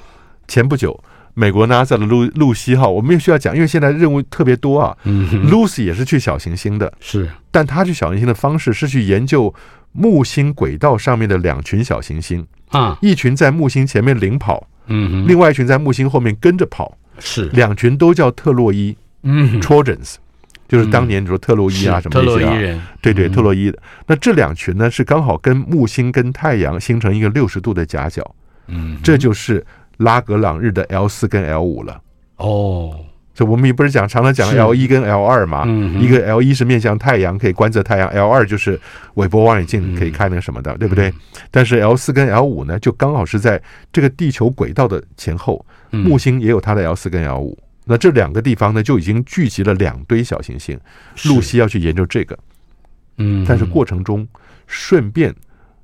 Speaker 3: 前不久。美国 NASA 的露露西号，我们也需要讲，因为现在任务特别多啊。Lucy 也是去小行星的，
Speaker 2: 嗯是
Speaker 3: 但他去小行星的方式是去研究木星轨道上面的两群小行星，
Speaker 2: 啊，
Speaker 3: 一群在木星前面领跑，
Speaker 2: 嗯
Speaker 3: 另外一群在木星后面跟着跑，
Speaker 2: 哼，是，
Speaker 3: 两群都叫特洛伊
Speaker 2: 嗯哼
Speaker 3: （Trojans），就是当年你说特洛伊啊
Speaker 2: 嗯是
Speaker 3: 什
Speaker 2: 特
Speaker 3: 么
Speaker 2: 洛
Speaker 3: 这
Speaker 2: 伊
Speaker 3: 些啊。
Speaker 2: 人，嗯
Speaker 3: 对对，特洛伊的。那这两群呢，是刚好跟木星跟太阳形成一个六十度的夹角，
Speaker 2: 嗯，
Speaker 3: 这就是拉格朗日的 L 四跟 L 五了。
Speaker 2: 哦，
Speaker 3: 这我们也不是讲常常讲
Speaker 2: 是
Speaker 3: L 一跟 L 二嘛，
Speaker 2: 嗯哼
Speaker 3: 啊一个 L 一是面向太阳可以观测太阳，L 二就是韦伯望远镜
Speaker 2: 嗯
Speaker 3: 可以看那个什么的，对不对？但是 L 四跟 L 五呢，就刚好是在这个地球轨道的前后，
Speaker 2: 嗯
Speaker 3: 木星也有它的 L 四跟 L 五。那这两个地方呢，就已经聚集了两堆小行星。露西要去研究这个，
Speaker 2: 嗯，
Speaker 3: 但是过程中顺便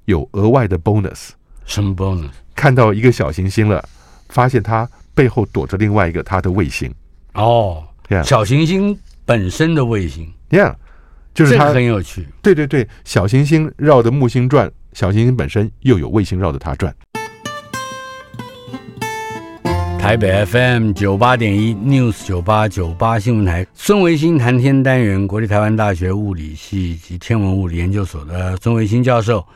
Speaker 3: 有额外的 bonus，
Speaker 2: 什么 bonus？
Speaker 3: 看到一个小行星了，发现它背后躲着另外一个它的卫星。
Speaker 2: 哦
Speaker 3: Yeah
Speaker 2: 小行星本身的卫星，
Speaker 3: Yeah，就是
Speaker 2: 这
Speaker 3: 它
Speaker 2: 个很有趣。
Speaker 3: 对对对，小行星绕着木星转，小行星本身又有卫星绕着它转。
Speaker 2: 台北 FM 九八点一 News 九八九八新闻台，孙维新谈天单元，国立台湾大学物理系及天文物理研究所的孙维新教授，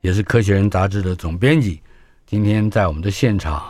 Speaker 2: 也是《科学人》杂志的总编辑，今天在我们的现场。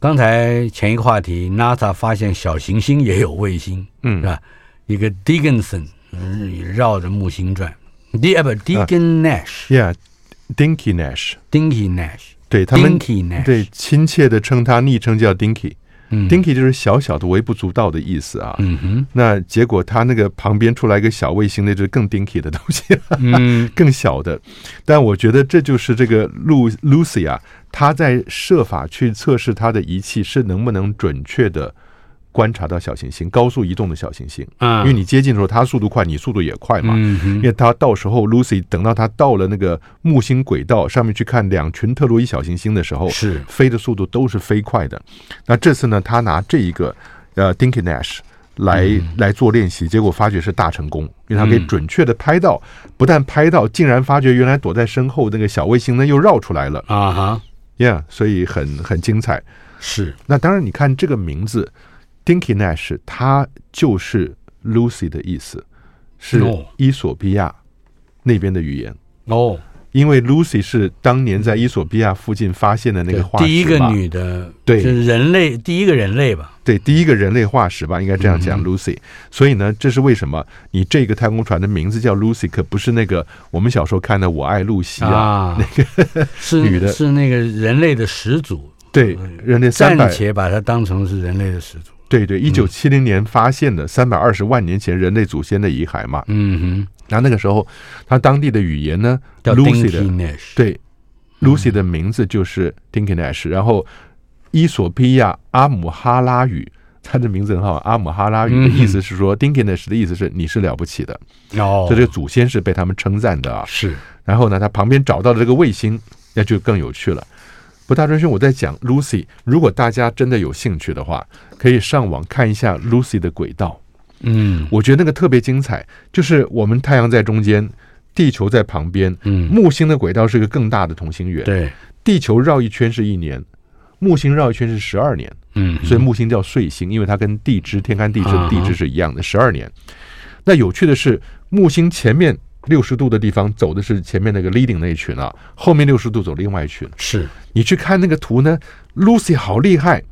Speaker 2: 刚才前一个话题，NASA 发现小行星也有卫星，
Speaker 3: 嗯
Speaker 2: 是吧？一个 Dickinson 嗯绕着木星转，D 啊不 Deacon Nash，Dinky
Speaker 3: ，Yeah，Dinky Nash，
Speaker 2: Nash，
Speaker 3: 对他们
Speaker 2: Dinky Nash，
Speaker 3: 对亲切的称他昵称叫 Dinky，
Speaker 2: 嗯
Speaker 3: dinky 就是小小的、微不足道的意思啊。
Speaker 2: 嗯哼，
Speaker 3: 那结果它那个旁边出来一个小卫星，那就是更 dinky 的东西 了。
Speaker 2: 嗯
Speaker 3: 更小的，但我觉得这就是这个露 Lucy 啊，她在设法去测试她的仪器是能不能准确的观察到小行星，高速移动的小行星。
Speaker 2: 啊，
Speaker 3: 因为你接近的时候，它速度快，你速度也快嘛。
Speaker 2: 嗯哼
Speaker 3: 因为它到时候 Lucy 等到它到了那个木星轨道上面去看两群特洛伊小行星的时候，
Speaker 2: 是
Speaker 3: 飞的速度都是飞快的。那这次呢，他拿这一个呃 Dinky Nash 来、来做练习，结果发觉是大成功，因为他可以
Speaker 2: 嗯
Speaker 3: 准确的拍到，不但拍到，竟然发觉原来躲在身后那个小卫星呢又绕出来了
Speaker 2: 啊哈，
Speaker 3: ，Yeah，所以很很精彩。
Speaker 2: 是
Speaker 3: 那当然，你看这个名字 Dinky Nash，它就是 Lucy 的意思，是
Speaker 2: No
Speaker 3: 伊索比亚那边的语言。
Speaker 2: 哦，
Speaker 3: 因为 Lucy 是当年在伊索比亚附近发现的那个化石嘛，
Speaker 2: 第一个女的，
Speaker 3: 对
Speaker 2: 就是人类第一个人类吧，
Speaker 3: 对，第一个人类化石吧，应该这样
Speaker 2: 嗯
Speaker 3: 讲、Lucy。所以呢，这是为什么你这个太空船的名字叫 Lucy，可不是那个我们小时候看的《我爱露西》啊。
Speaker 2: 啊，那个是
Speaker 3: 女的
Speaker 2: 是那个人类的始祖，
Speaker 3: 对，人类三
Speaker 2: 暂
Speaker 3: 百，
Speaker 2: 且把它当成是人类的始祖，
Speaker 3: 对对，一九七零年发现的，三百二十万年前人类祖先的遗骸嘛。
Speaker 2: 嗯哼，
Speaker 3: 然后那个时候，他当地的语言呢
Speaker 2: 叫嗯
Speaker 3: ，Lucy 的
Speaker 2: Dinky Nash，，
Speaker 3: 对，Lucy 的名字就是 Dinky Nash，然后伊索比亚阿姆哈拉语。它的名字很好，阿姆哈拉语的意思是说、d i n k y Nash 的意思是你是了不起的，
Speaker 2: 嗯哦，
Speaker 3: 所以这个祖先是被他们称赞的啊。
Speaker 2: 是
Speaker 3: 然后呢，他旁边找到了这个卫星，那就更有趣了。不，大专兄，我在讲 Lucy，如果大家真的有兴趣的话，可以上网看一下 Lucy 的轨道。
Speaker 2: 嗯
Speaker 3: 我觉得那个特别精彩，就是我们太阳在中间，地球在旁边，
Speaker 2: 嗯，
Speaker 3: 木星的轨道是个更大的同心圆。
Speaker 2: 对，
Speaker 3: 地球绕一圈是一年，木星绕一圈是十二年，
Speaker 2: 嗯，
Speaker 3: 所以木星叫岁星，因为它跟地支天干地支
Speaker 2: 啊
Speaker 3: 地支是一样的，十二年。那有趣的是，木星前面六十度的地方走的是前面那个 leading 那一群啊，后面六十度走另外一群。
Speaker 2: 是
Speaker 3: 你去看那个图呢，Lucy 好厉害，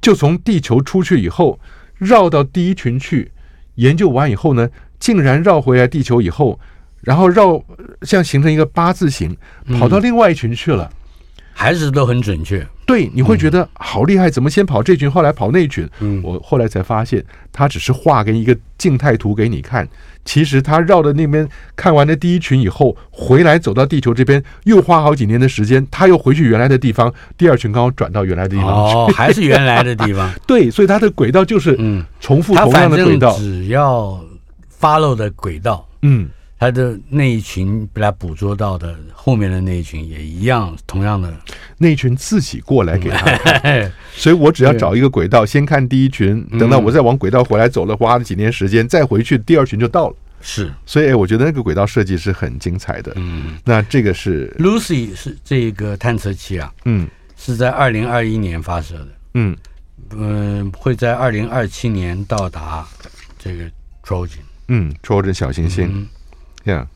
Speaker 3: 就从地球出去以后，绕到第一群去，研究完以后呢，竟然绕回来地球以后，然后绕像形成一个八字形，跑到另外一群去了。
Speaker 2: 还是都很准确，
Speaker 3: 对，你会觉得好厉害，怎么先跑这群，后来跑那群？
Speaker 2: 嗯
Speaker 3: 我后来才发现，他只是画给一个静态图给你看，其实他绕的那边看完了第一群以后，回来走到地球这边，又花好几年的时间，他又回去原来的地方，第二群刚好转到原来的地方。
Speaker 2: 哦， 还是原来的地方，
Speaker 3: 对，所以它的轨道就是
Speaker 2: 嗯，
Speaker 3: 重复
Speaker 2: 它
Speaker 3: 同
Speaker 2: 反
Speaker 3: 样的轨
Speaker 2: 正
Speaker 3: 道。
Speaker 2: 只要 follow 的轨道，
Speaker 3: 嗯，
Speaker 2: 它的那一群被它捕捉到的后面的那一群也一样，同样的，
Speaker 3: 那一群自己过来给他看，
Speaker 2: 嘿 嘿
Speaker 3: 所以我只要找一个轨道，先看第一群，等到我再往轨道回来走了，花了几年时间，再回去第二群就到了。
Speaker 2: 是
Speaker 3: 所以，哎我觉得那个轨道设计是很精彩的。嗯，那这个是，
Speaker 2: Lucy 是这个探测器啊，
Speaker 3: 嗯
Speaker 2: 是在二零二一年发射的，
Speaker 3: 嗯，
Speaker 2: 嗯，会在二零二七年到达这个 Trojan。
Speaker 3: 嗯，戳着小行
Speaker 2: 嗯
Speaker 3: 星，这样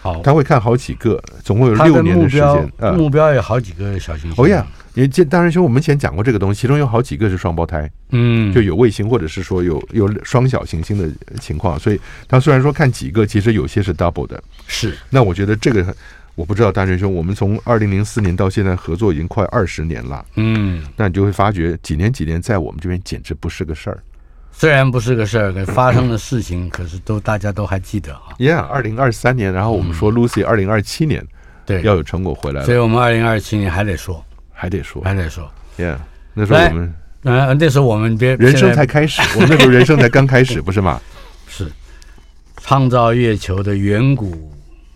Speaker 2: 好，
Speaker 3: 他会看好几个，总共有
Speaker 2: 它
Speaker 3: 六
Speaker 2: 的
Speaker 3: 年
Speaker 2: 目
Speaker 3: 时
Speaker 2: 标
Speaker 3: 间。啊，
Speaker 2: 目标有好几个小行星。
Speaker 3: 哦呀，，也这当然说我们以前讲过这个东西，其中有好几个是双胞胎，
Speaker 2: 嗯，
Speaker 3: 就有卫星或者是说有有双小行星的情况。所以，他虽然说看几个，其实有些是 double 的。
Speaker 2: 是
Speaker 3: 那我觉得这个。我不知道大学兄，我们从二零零四年到现在合作已经快二十年了，
Speaker 2: 嗯，
Speaker 3: 那你就会发觉几年几年在我们这边简直不是个事儿。
Speaker 2: 虽然不是个事儿，可发生的事情，可是都大家都还记得啊。
Speaker 3: Yeah，二零二三年，然后我们说 Lucy 二零二七年
Speaker 2: 嗯对，
Speaker 3: 要有成果回来
Speaker 2: 所以
Speaker 3: 了，
Speaker 2: 我们二零二七年还得说，
Speaker 3: 还得说
Speaker 2: 还得说。
Speaker 3: ，Yeah，那时候我们
Speaker 2: 呃，那时候我们别
Speaker 3: 人
Speaker 2: 现
Speaker 3: 生才
Speaker 2: 在
Speaker 3: 开始，我们那时候人生才刚开始，不是吗？
Speaker 2: 是创造月球的远古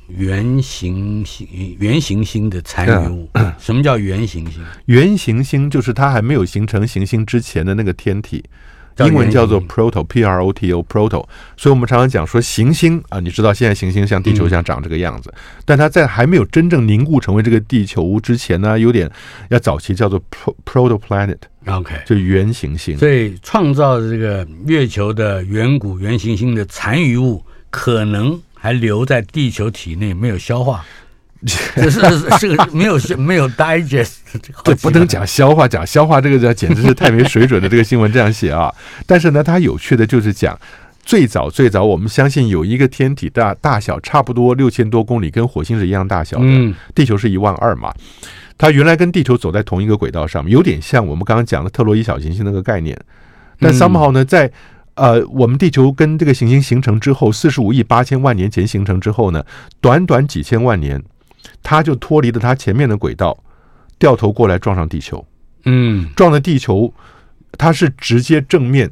Speaker 2: 原型星、原型星的残余物。
Speaker 3: 啊
Speaker 2: 什么叫原型星？
Speaker 3: 原行星就是它还没有形成行星之前的那个天体，
Speaker 2: 叫
Speaker 3: 英文叫做
Speaker 2: 原
Speaker 3: proto，p r o t o proto。所以我们常常讲说行星啊，你知道现在行星像地
Speaker 2: 嗯
Speaker 3: 球像长这个样子，但它在还没有真正凝固成为这个地球之前呢，有点要早期叫做 proto planet，
Speaker 2: OK，
Speaker 3: 就原行星。
Speaker 2: 所以创造这个月球的远古原行星的残余物，可能还留在地球体内没有消 化，这是是个没有没有 digest，这个好
Speaker 3: 对，
Speaker 2: 奇怪啊
Speaker 3: 不能讲消化，讲消化这个简直是太没水准的。这个新闻这样写啊， 但是呢，它有趣的就是讲，最早最早，我们相信有一个天体大大小差不多六千多公里，跟火星是一样大小的，
Speaker 2: 嗯
Speaker 3: 地球是一万二嘛。它原来跟地球走在同一个轨道上面，有点像我们刚刚讲的特洛伊小行星那个概念。但
Speaker 2: 嗯
Speaker 3: somehow 呢，在呃我们地球跟这个行星形成之后，四十五亿八千万年前形成之后呢，短短几千万年，它就脱离了它前面的轨道，掉头过来撞上地球，
Speaker 2: 嗯
Speaker 3: 撞了地球，它是直接正面。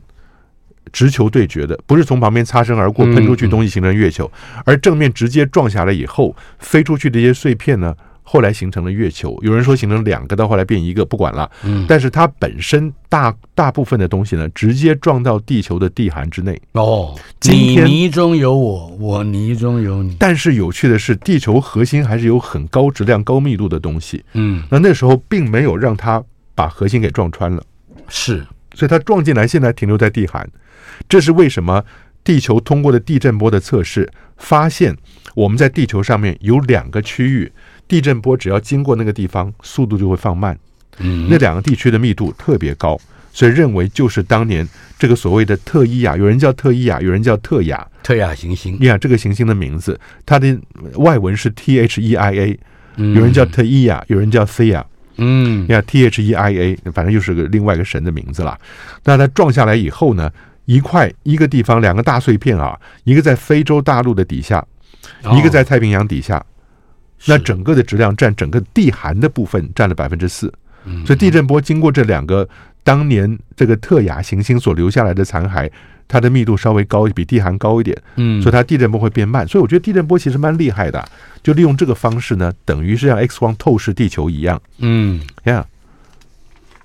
Speaker 3: 直球对决的，不是从旁边擦身而过
Speaker 2: 嗯
Speaker 3: 喷出去东西形成月球，而正面直接撞下来以后飞出去的一些碎片呢，后来形成了月球。有人说形成两个，到后来变一个，不管了。
Speaker 2: 嗯，
Speaker 3: 但是它本身大大部分的东西呢，直接撞到地球的地函之内。
Speaker 2: 哦，
Speaker 3: 今
Speaker 2: 你
Speaker 3: 天
Speaker 2: 泥中有我，我泥中有你，
Speaker 3: 但是有趣的是，地球核心还是有很高质量、高密度的东西。
Speaker 2: 嗯，
Speaker 3: 那那时候并没有让它把核心给撞穿了，
Speaker 2: 是，
Speaker 3: 所以它撞进来，现在停留在地函。这是为什么？地球通过的地震波的测试发现，我们在地球上面有两个区域，地震波只要经过那个地方，速度就会放慢。
Speaker 2: 嗯，
Speaker 3: 那两个地区的密度特别高，所以认为就是当年这个所谓的特伊亚，有人叫特伊亚，有人叫特雅
Speaker 2: 特亚行星，
Speaker 3: 亚这个行星的名字，它的外文是 T H E I A，有人叫特伊亚，有人叫 Thea
Speaker 2: 嗯
Speaker 3: 呀 T H E I A，反正又是个另外一个神的名字啦。那它撞下来以后呢，一块一个地方两个大碎片啊，一个在非洲大陆的底下，
Speaker 2: 哦嗯
Speaker 3: 一个在太平洋底下，那整个的质量占整个地函的部分占了百分之四，
Speaker 2: 嗯
Speaker 3: 所以地震波经过这两个当年这个特雅行星所留下来的残骸，它的密度稍微高，比地函高一点，
Speaker 2: 嗯
Speaker 3: 所以它地震波会变慢。所以我觉得地震波其实蛮厉害的啊，就利用这个方式呢，等于是像 X 光透视地球一样
Speaker 2: 嗯，
Speaker 3: 呀。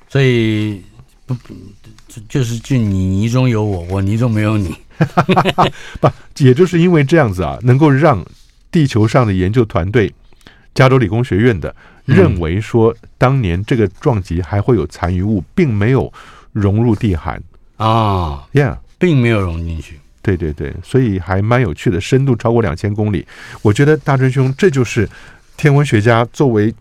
Speaker 2: 所以不不就就是就你泥中有我，我泥中没有你，
Speaker 3: 也就是因为这样子啊，能够让地球上的研究团队，加州理工学院的
Speaker 2: 嗯
Speaker 3: 认为说，当年这个撞击还会有残余物，并没有融入地函
Speaker 2: 啊、
Speaker 3: 呀。
Speaker 2: 并没有融进去。
Speaker 3: 对对对，所以还蛮有趣的，深度超过两千公里。我觉得大真兄，这就是天文学家作为嘖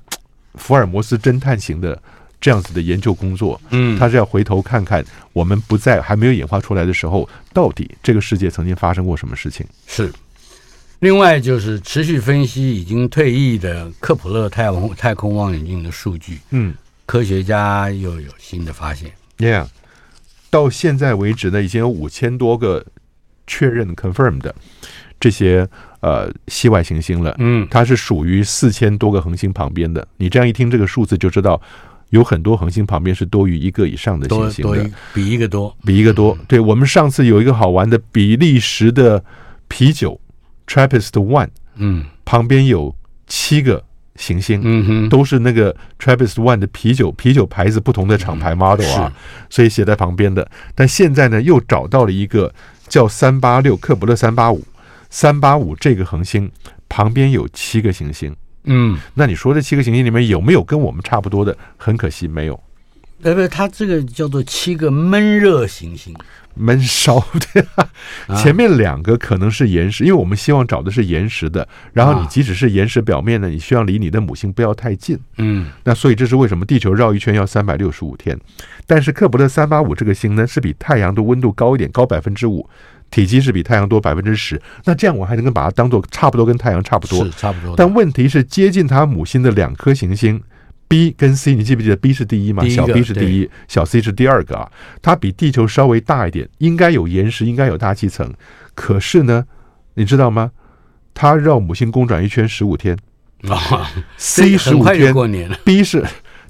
Speaker 3: 福尔摩斯侦探型的这样子的研究工作，
Speaker 2: 嗯
Speaker 3: 他是要回头看看我们不在还没有演化出来的时候，到底这个世界曾经发生过什么事情。
Speaker 2: 是。另外就是持续分析已经退役的克普勒太空太空望远镜的数据，
Speaker 3: 嗯
Speaker 2: 科学家又有新的发现。
Speaker 3: ，Yeah，到现在为止呢，已经有五千多个确认 confirm 的这些呃系外行星了。
Speaker 2: 嗯
Speaker 3: 它是属于四千多个恒星旁边的。你这样一听这个数字，就知道有很多恒星旁边是多于一个以上的行
Speaker 2: 多
Speaker 3: 星
Speaker 2: 多
Speaker 3: 的
Speaker 2: 一，比一个嗯多。
Speaker 3: 比一个多。对我们上次有一个好玩的比利时的啤酒 Trappist One
Speaker 2: 嗯
Speaker 3: 旁边有七个行星。
Speaker 2: 嗯哼，
Speaker 3: 都是那个 Trappist One 的啤酒，啤酒牌子不同的厂
Speaker 2: 嗯
Speaker 3: 牌 model 啊，所以写在旁边的。但现在呢，又找到了一个叫三八六克卜勒三八五，三八五这个恒星旁边有七个行星，
Speaker 2: 嗯，
Speaker 3: 那你说这七个行星里面有没有跟我们差不多的？很可惜，没有。
Speaker 2: 呃不，它这个叫做七个闷热行星。
Speaker 3: 闷烧， 对吧、
Speaker 2: 啊
Speaker 3: 前面两个可能是岩石，因为我们希望找的是岩石的。然后
Speaker 2: 啊
Speaker 3: 你即使是岩石表面呢，你需要离你的母星不要太近。
Speaker 2: 嗯
Speaker 3: 那所以这是为什么地球绕一圈要三百六十五天。但是克卜勒三八五这个星呢，是比太阳的温度高一点，高百分之五，体积是比太阳多百分之十。那这样我还能够把它当做差不多跟太阳差不多
Speaker 2: 是。差不多的。
Speaker 3: 但问题是，接近它母星的两颗行星 B 跟 C，你记不记得 B 是第一嘛？
Speaker 2: 第一个
Speaker 3: 小 B 是第一，小 C 是第二个啊。它比地球稍微大一点，应该有岩石，应该有大气层。可是呢，你知道吗？它绕母星公转一圈十五天
Speaker 2: 啊，
Speaker 3: ，C 十
Speaker 2: 很
Speaker 3: 五
Speaker 2: 快就
Speaker 3: 天
Speaker 2: 过年了。
Speaker 3: ，B 是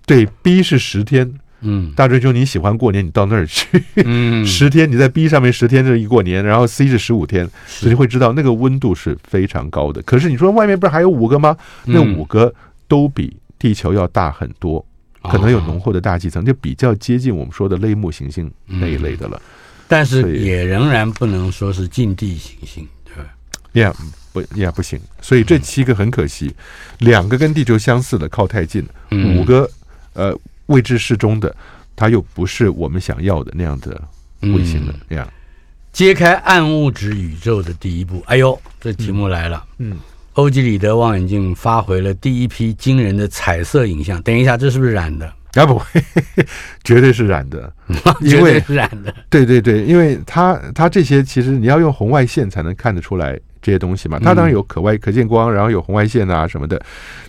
Speaker 3: 对 B 是十天。
Speaker 2: 嗯
Speaker 3: 大追兄，你喜欢过年，你到那儿去
Speaker 2: 嗯
Speaker 3: 十天，你在 B 上面十天这一过年，然后 C 是十五天，所以会知道那个温度是非常高的。可是你说外面不是还有五个吗？那
Speaker 2: 嗯
Speaker 3: 五个都比地球要大很多，
Speaker 2: 嗯
Speaker 3: 可
Speaker 2: 哦
Speaker 3: 能有浓厚的大气层，就比较接近我们说的类木行星
Speaker 2: 嗯
Speaker 3: 那一类的了。
Speaker 2: 但
Speaker 3: 所
Speaker 2: 是
Speaker 3: 以
Speaker 2: 也仍然不能说是近地行星，对吧？
Speaker 3: 呀、不呀不行，所以
Speaker 2: 嗯
Speaker 3: 这七个很可惜，两个跟地球相似的靠太近，
Speaker 2: 嗯
Speaker 3: 五个呃位置适中的，它又不是我们想要的那样的卫星了呀。
Speaker 2: 嗯揭开暗物质宇宙的第一步。哎呦，这题目来了。
Speaker 3: 嗯，
Speaker 2: 欧几里得望远镜发回了第一批惊人的彩色影像。等一下，这是不是染的？
Speaker 3: 啊不会， 绝对是染的，啊因
Speaker 2: 绝对
Speaker 3: 为
Speaker 2: 是染的。
Speaker 3: 对对对，因为它它这些其实你要用红外线才能看得出来这些东
Speaker 2: 嗯
Speaker 3: 西嘛。它当然有可外可见光，然后有红外线啊什么的，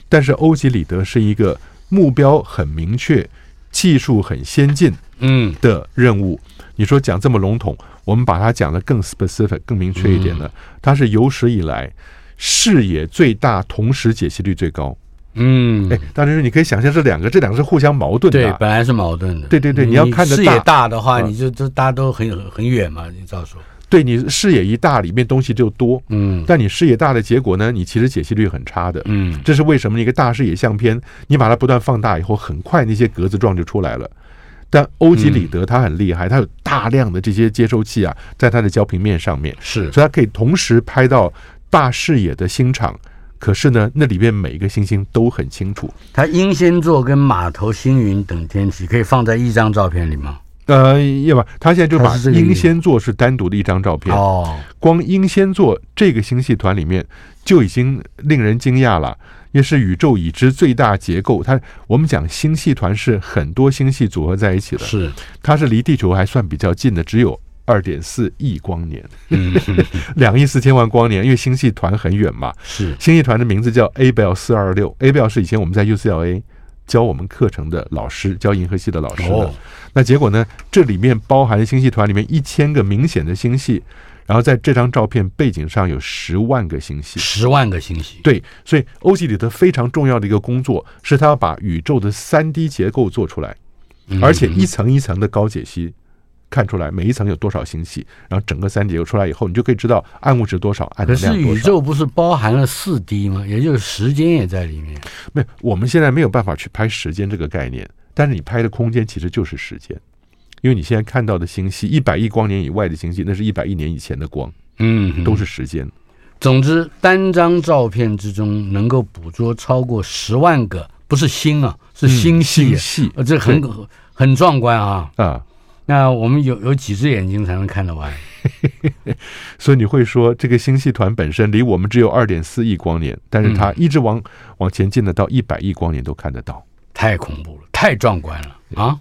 Speaker 3: 但是欧几里得是一个目标很明确、技术很先进
Speaker 2: 嗯
Speaker 3: 的任务。你说讲这么笼统，我们把它讲得更 specific、更明确一点
Speaker 2: 嗯
Speaker 3: 呢？它是有史以来视野最大、同时解析率最高。
Speaker 2: 嗯，
Speaker 3: 哎，当然是你可以想象这两个，这两个是互相矛盾的
Speaker 2: 对
Speaker 3: 啊、，
Speaker 2: 本来是矛盾的。
Speaker 3: 对对对你要看得
Speaker 2: 视
Speaker 3: 大
Speaker 2: 野大的话，
Speaker 3: 嗯
Speaker 2: 你就就大家都很很远嘛，你照说。
Speaker 3: 对你视野一大，里面东西就多。
Speaker 2: 嗯
Speaker 3: 但你视野大的结果呢，你其实解析率很差的。
Speaker 2: 嗯
Speaker 3: 这是为什么？一个大视野相片，你把它不断放大以后，很快那些格子状就出来了。但欧几里
Speaker 2: 嗯
Speaker 3: 得他很厉害，他有大量的这些接收器啊，在他的焦平面上面，
Speaker 2: 是
Speaker 3: 所以他可以同时拍到大视野的星场。可是呢，那里面每一个星星都很清楚。
Speaker 2: 它英仙座跟马头星云等天体可以放在一张照片里吗？
Speaker 3: 呃，要不，他现在就把
Speaker 2: 他是这个意思
Speaker 3: 英仙座是单独的一张照片，
Speaker 2: 哦，
Speaker 3: 光英仙座这个星系团里面就已经令人惊讶了，也是宇宙已知最大结构。它我们讲星系团是很多星系组合在一起的，
Speaker 2: 是，
Speaker 3: 它是离地球还算比较近的，只有二点四亿光年，
Speaker 2: 嗯
Speaker 3: 两亿四千万光年，因为星系团很远嘛。
Speaker 2: 是，
Speaker 3: 星系团的名字叫 Abel 四二六，Abel 是以前我们在 UCLA 教我们课程的老师，教银河系的老师的。
Speaker 2: 哦，
Speaker 3: 那结果呢？这里面包含星系团里面一千个明显的星系，然后在这张照片背景上有十万个星系。
Speaker 2: 十万个星系，
Speaker 3: 对，所以欧几里得非常重要的一个工作是他要把宇宙的三 D 结构做出来，
Speaker 2: 嗯
Speaker 3: 而且一层一层的高解析，看出来每一层有多少星系，然后整个三 D 结构出来以后，你就可以知道暗物质多少，暗
Speaker 2: 可
Speaker 3: 能
Speaker 2: 是
Speaker 3: 量多
Speaker 2: 宇
Speaker 3: 少。
Speaker 2: 宙不是包含了四 D 吗？也就是时间也在里面。
Speaker 3: 没有，我们现在没有办法去拍时间这个概念，但是你拍的空间其实就是时间，因为你现在看到的星系，一百亿光年以外的星系，那是一百亿年以前的光。
Speaker 2: 嗯
Speaker 3: 都。是时间。
Speaker 2: 总之，单张照片之中能够捕捉超过十万个，不是星啊，是星系啊，
Speaker 3: 嗯星系
Speaker 2: 呃，这很很壮观啊。
Speaker 3: 啊，
Speaker 2: 那我们有有几只眼睛才能看得完？
Speaker 3: 所以你会说这个星系团本身离我们只有二点四亿光年，但是
Speaker 2: 嗯
Speaker 3: 它一直往、往前进的到一百亿光年都看得到。
Speaker 2: 太恐怖了，太壮观了啊！